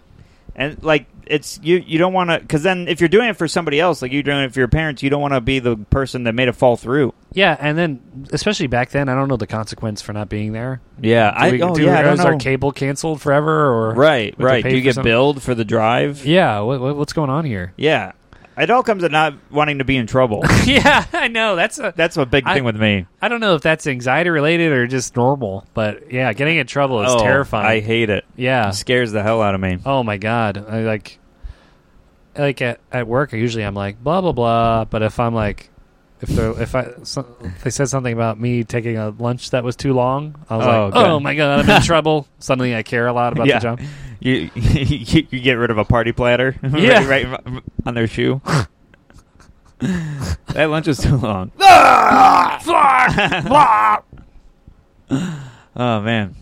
and like it's you. You don't want to, because then if you're doing it for somebody else, like you're doing it for your parents, you don't want to be the person that made it fall through. Yeah, and then especially back then, I don't know the consequence for not being there. oh, Yeah, Do we, do we- is our cable canceled forever or Right, we have to right. pay Do you for get some- billed for the drive? Yeah, what, what, what's going on here? Yeah. It all comes at not wanting to be in trouble. yeah, I know. That's a That's a big I- thing with me. I don't know if that's anxiety related or just normal, but yeah, getting in trouble is Oh, I terrifying. hate it. yeah. It scares the hell out of me. Oh my god. I like like at, at work I usually I'm like blah blah blah, but if I'm like if they if I so, if they said something about me taking a lunch that was too long, I was Oh, like, good. "Oh my god, I'm in trouble." Suddenly I care a lot about Yeah. the job. You, you you get rid of a party platter right- Yeah. right, on their shoe. that lunch was too long. Ah! oh man.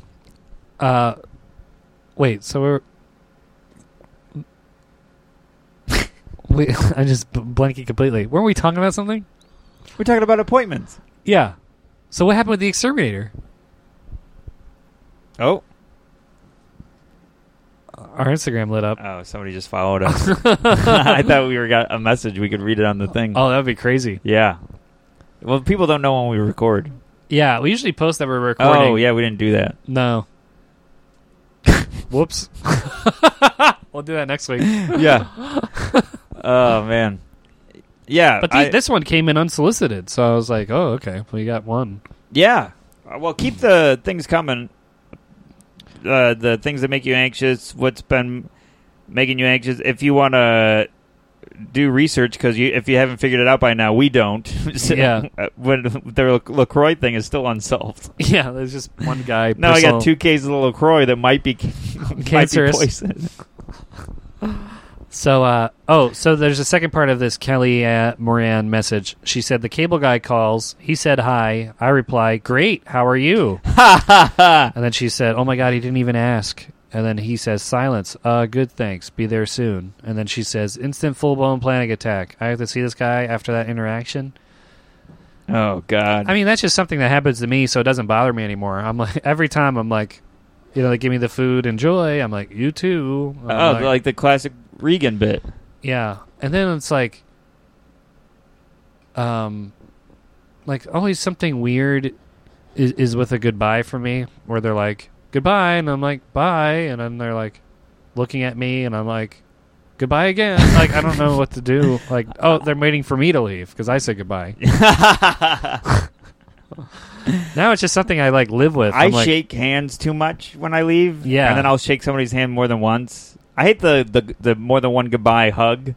Uh wait, so we're Wait, I'm just b- blanking completely. Weren't we talking about something? We're talking about appointments. Yeah. So what happened with the exterminator? Oh. Our Instagram lit up. Oh, somebody just followed us. I thought we were got a message. We could read it on the thing. Oh, that would be crazy. Yeah. Well, people don't know when we record. Yeah, we usually post that we're recording. Oh, yeah, we didn't do that. No. Whoops. we'll do that next week. yeah. oh man. Yeah. But the, I- this one came in unsolicited, so I was like, "Oh, okay, we got one." yeah. Uh, Well, keep the things coming. Uh, the things that make you anxious. What's been making you anxious? If you want to do research, because you, if you haven't figured it out by now, we don't. So, Yeah. uh, When the La- Lacroix thing is still unsolved. Yeah, there's just one guy. Now I personal- got two cases of Lacroix that might be Cancerous. Might be poison. So, uh, oh, so there's a second part of this Kelly uh, Moran message. She said the cable guy calls. He said hi. I reply, "Great. How are you?" and then she said, "Oh my god, he didn't even ask." And then he says, "Silence. Uh, good. Thanks. Be there soon." And then she says, "Instant full blown panic attack. I have to see this guy after that interaction." Oh God. I mean, that's just something that happens to me, so it doesn't bother me anymore. I'm like, every time I'm like, you know, they give me the food, enjoy. I'm like, you too. I'm oh, like the classic Regan bit. Yeah, and then it's like, um, like always something weird is is with a goodbye for me, where they're like goodbye, and I'm like bye, and then they're like looking at me, and I'm like goodbye again. like I don't know what to do. Like oh, they're waiting for me to leave because I said goodbye. now it's just something I like live with. I I'm like, shake hands too much when I leave. Yeah. and then I'll shake somebody's hand more than once. I hate the the, the more than one goodbye hug.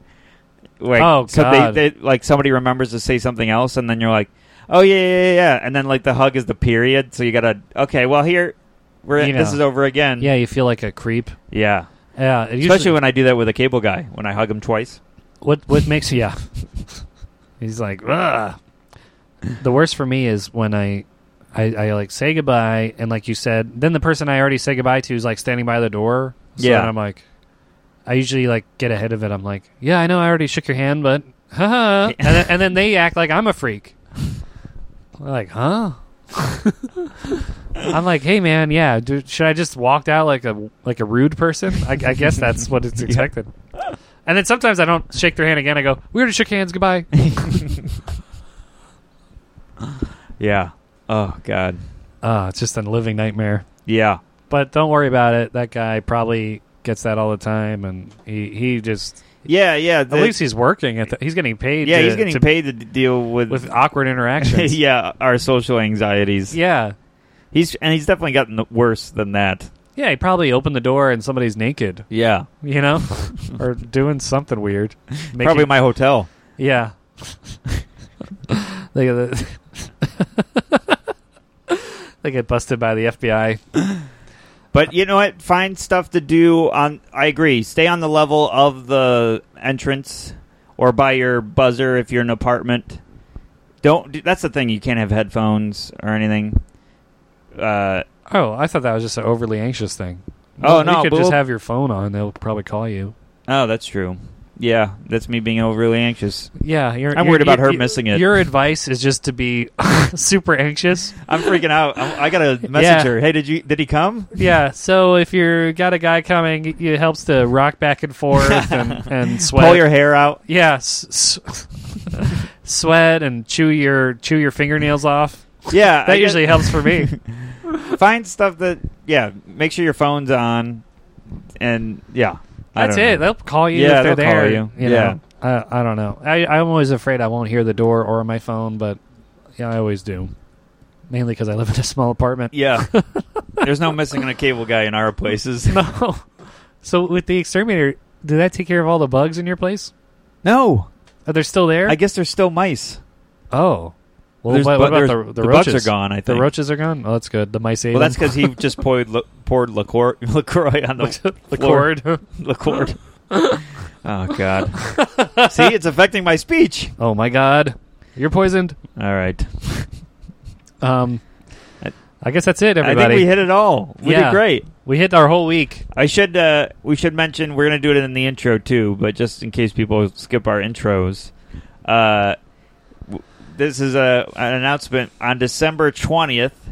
Like, Oh, so God. They, they, like somebody remembers to say something else, and then you're like, oh yeah, yeah, yeah, yeah, and then like the hug is the period, so you gotta okay. Well, here we're You this know. is over again. yeah, you feel like a creep. yeah. Yeah, it Especially usually- when I do that with a cable guy when I hug him twice. What what makes yeah? He's like, Ugh. the worst for me is when I, I, I like say goodbye, and like you said, then the person I already say goodbye to is like standing by the door. So Yeah. then I'm like, I usually like get ahead of it. I'm like, yeah, I know, I already shook your hand, but haha, and then, and then they act like I'm a freak. They're like, huh? I'm like, hey man, yeah. Do, should I just walked out like a like a rude person? I, I guess that's what it's expected. And then sometimes I don't shake their hand again. I go, we already shook hands. Goodbye. Yeah. Oh God. uh, it's just a living nightmare. Yeah. But don't worry about it. That guy probably gets that all the time, and he he just Yeah, yeah. the- at least he's working. At the, he's getting paid. yeah, to- he's getting to- paid to d- deal with, with awkward interactions. yeah, our social anxieties. yeah, He's and he's definitely gotten worse than that. yeah. He probably opened the door and somebody's naked, Yeah. you know, or doing something weird. Making- Probably my hotel. yeah. they get they get busted by the FBI. But you know what? Find stuff to do on. I agree. Stay on the level of the entrance, or by your buzzer if you're in an apartment. Don't. That's the thing. You can't have headphones or anything. Uh, Oh, I thought that was just an overly anxious thing. Oh, you no, could but just we'll- have your phone on. They'll probably call you. oh, that's true. Yeah, that's me being overly anxious. Yeah, you're, I'm you're- worried about you- her you- missing it. Your advice is just to be super anxious. I'm freaking out. I'm, I got a message Yeah. her. Hey, did you? Did he come? Yeah, so if you're got a guy coming, it helps to rock back and forth and, and sweat. Pull your hair out. yeah, s- s- sweat and chew your chew your fingernails off. Yeah, That I usually guess- helps for me. Find stuff that. Yeah, make sure your phone's on, and yeah, I That's don't it. know. They'll call you Yeah, if they're they'll call there. you. know. Yeah. I, I don't know. I, I'm always afraid I won't hear the door or my phone, but yeah, I always do. Mainly because I live in a small apartment. Yeah. There's no missing a cable guy in our places. No. So with the exterminator, did that take care of all the bugs in your place? No. Are they still there? I guess there's still mice. oh. Well, There's what, what bu- about there's- the, the, the bugs roaches? are gone, I The think. roaches are gone. Oh, that's good. The mice ate Well, that's them. because he just poured La- poured LaCroix, LaCroix on the the floor. cord. LaCroix. oh, God. See, it's affecting my speech. oh my god, you're poisoned. All right. Um, I- I guess that's it, I everybody. think we hit it all. We Yeah. did great. We hit our whole week. I should uh, we should mention we're gonna do it in the intro too, but just in case people skip our intros, uh, w- this is a an announcement on December twentieth.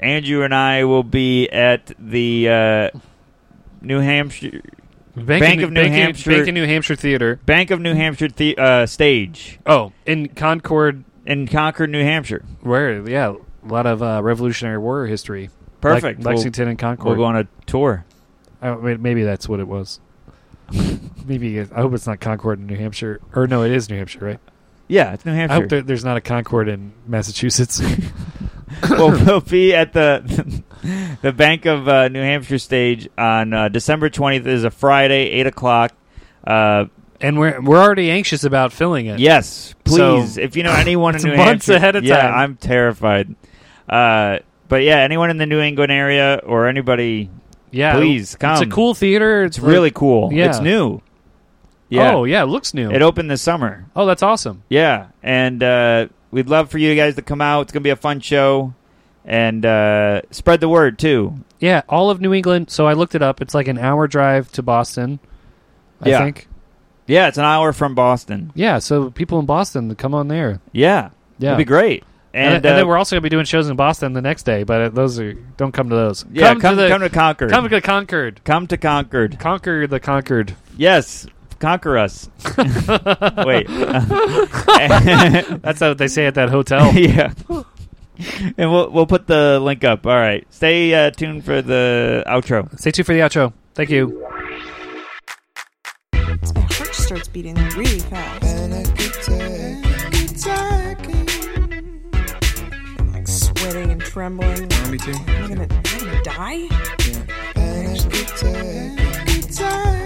Andrew and I will be at the uh, New Hampshire Bank of New Bank Hampshire- Bank of New Hampshire Theater. Bank of New Hampshire the- uh, stage Oh, in Concord, in Concord, New Hampshire. where yeah, a lot of uh, Revolutionary War history. Perfect. Lex- Lexington and We'll, we'll Concord. go on a tour. I, wait, maybe that's what it was. maybe it- I hope it's not Concord in New Hampshire. Or no, it is New Hampshire, right? Yeah, it's New I hope Hampshire. there, there's not a Concord in Massachusetts. we'll, we'll be at the the Bank of uh, New Hampshire stage on uh, December 20th. is a Friday, eight o'clock. Uh, and we're we're already anxious about filling it. yes, So- please. if you know anyone in It's New months Hampshire, ahead of yeah, time. I'm terrified. Uh, but yeah, anyone in the New England area or anybody, yeah. please come. It's a cool theater. It's really cool. Yeah. It's new. Yeah, Oh yeah, it looks new. it opened this summer. oh, that's awesome. Yeah, and uh, we'd love for you guys to come out. It's gonna be a fun show, and uh, spread the word too. Yeah, all of New England. So I looked it up. It's like an hour drive to Boston. I Yeah. think. Yeah, it's an hour from Boston. Yeah. So people in Boston, come on there. Yeah, Yeah. it'd be great. And, And, and then uh, we're also gonna be doing shows in Boston the next day. But uh, those are don't come to those. yeah, come, come, to the, to Concord. come Come, to Concord. to Concord. Conquer the Concord. Yes, conquer us. Wait, That's what they say at that hotel. yeah. And we'll we'll put the link up. All right, stay uh, tuned for the outro. Stay tuned for the outro. Thank you. My heart starts beating really fast. Panic attack. Attacking. I'm like sweating and trembling. Me too. Am I gonna, am I gonna die? Panic attack. Attack.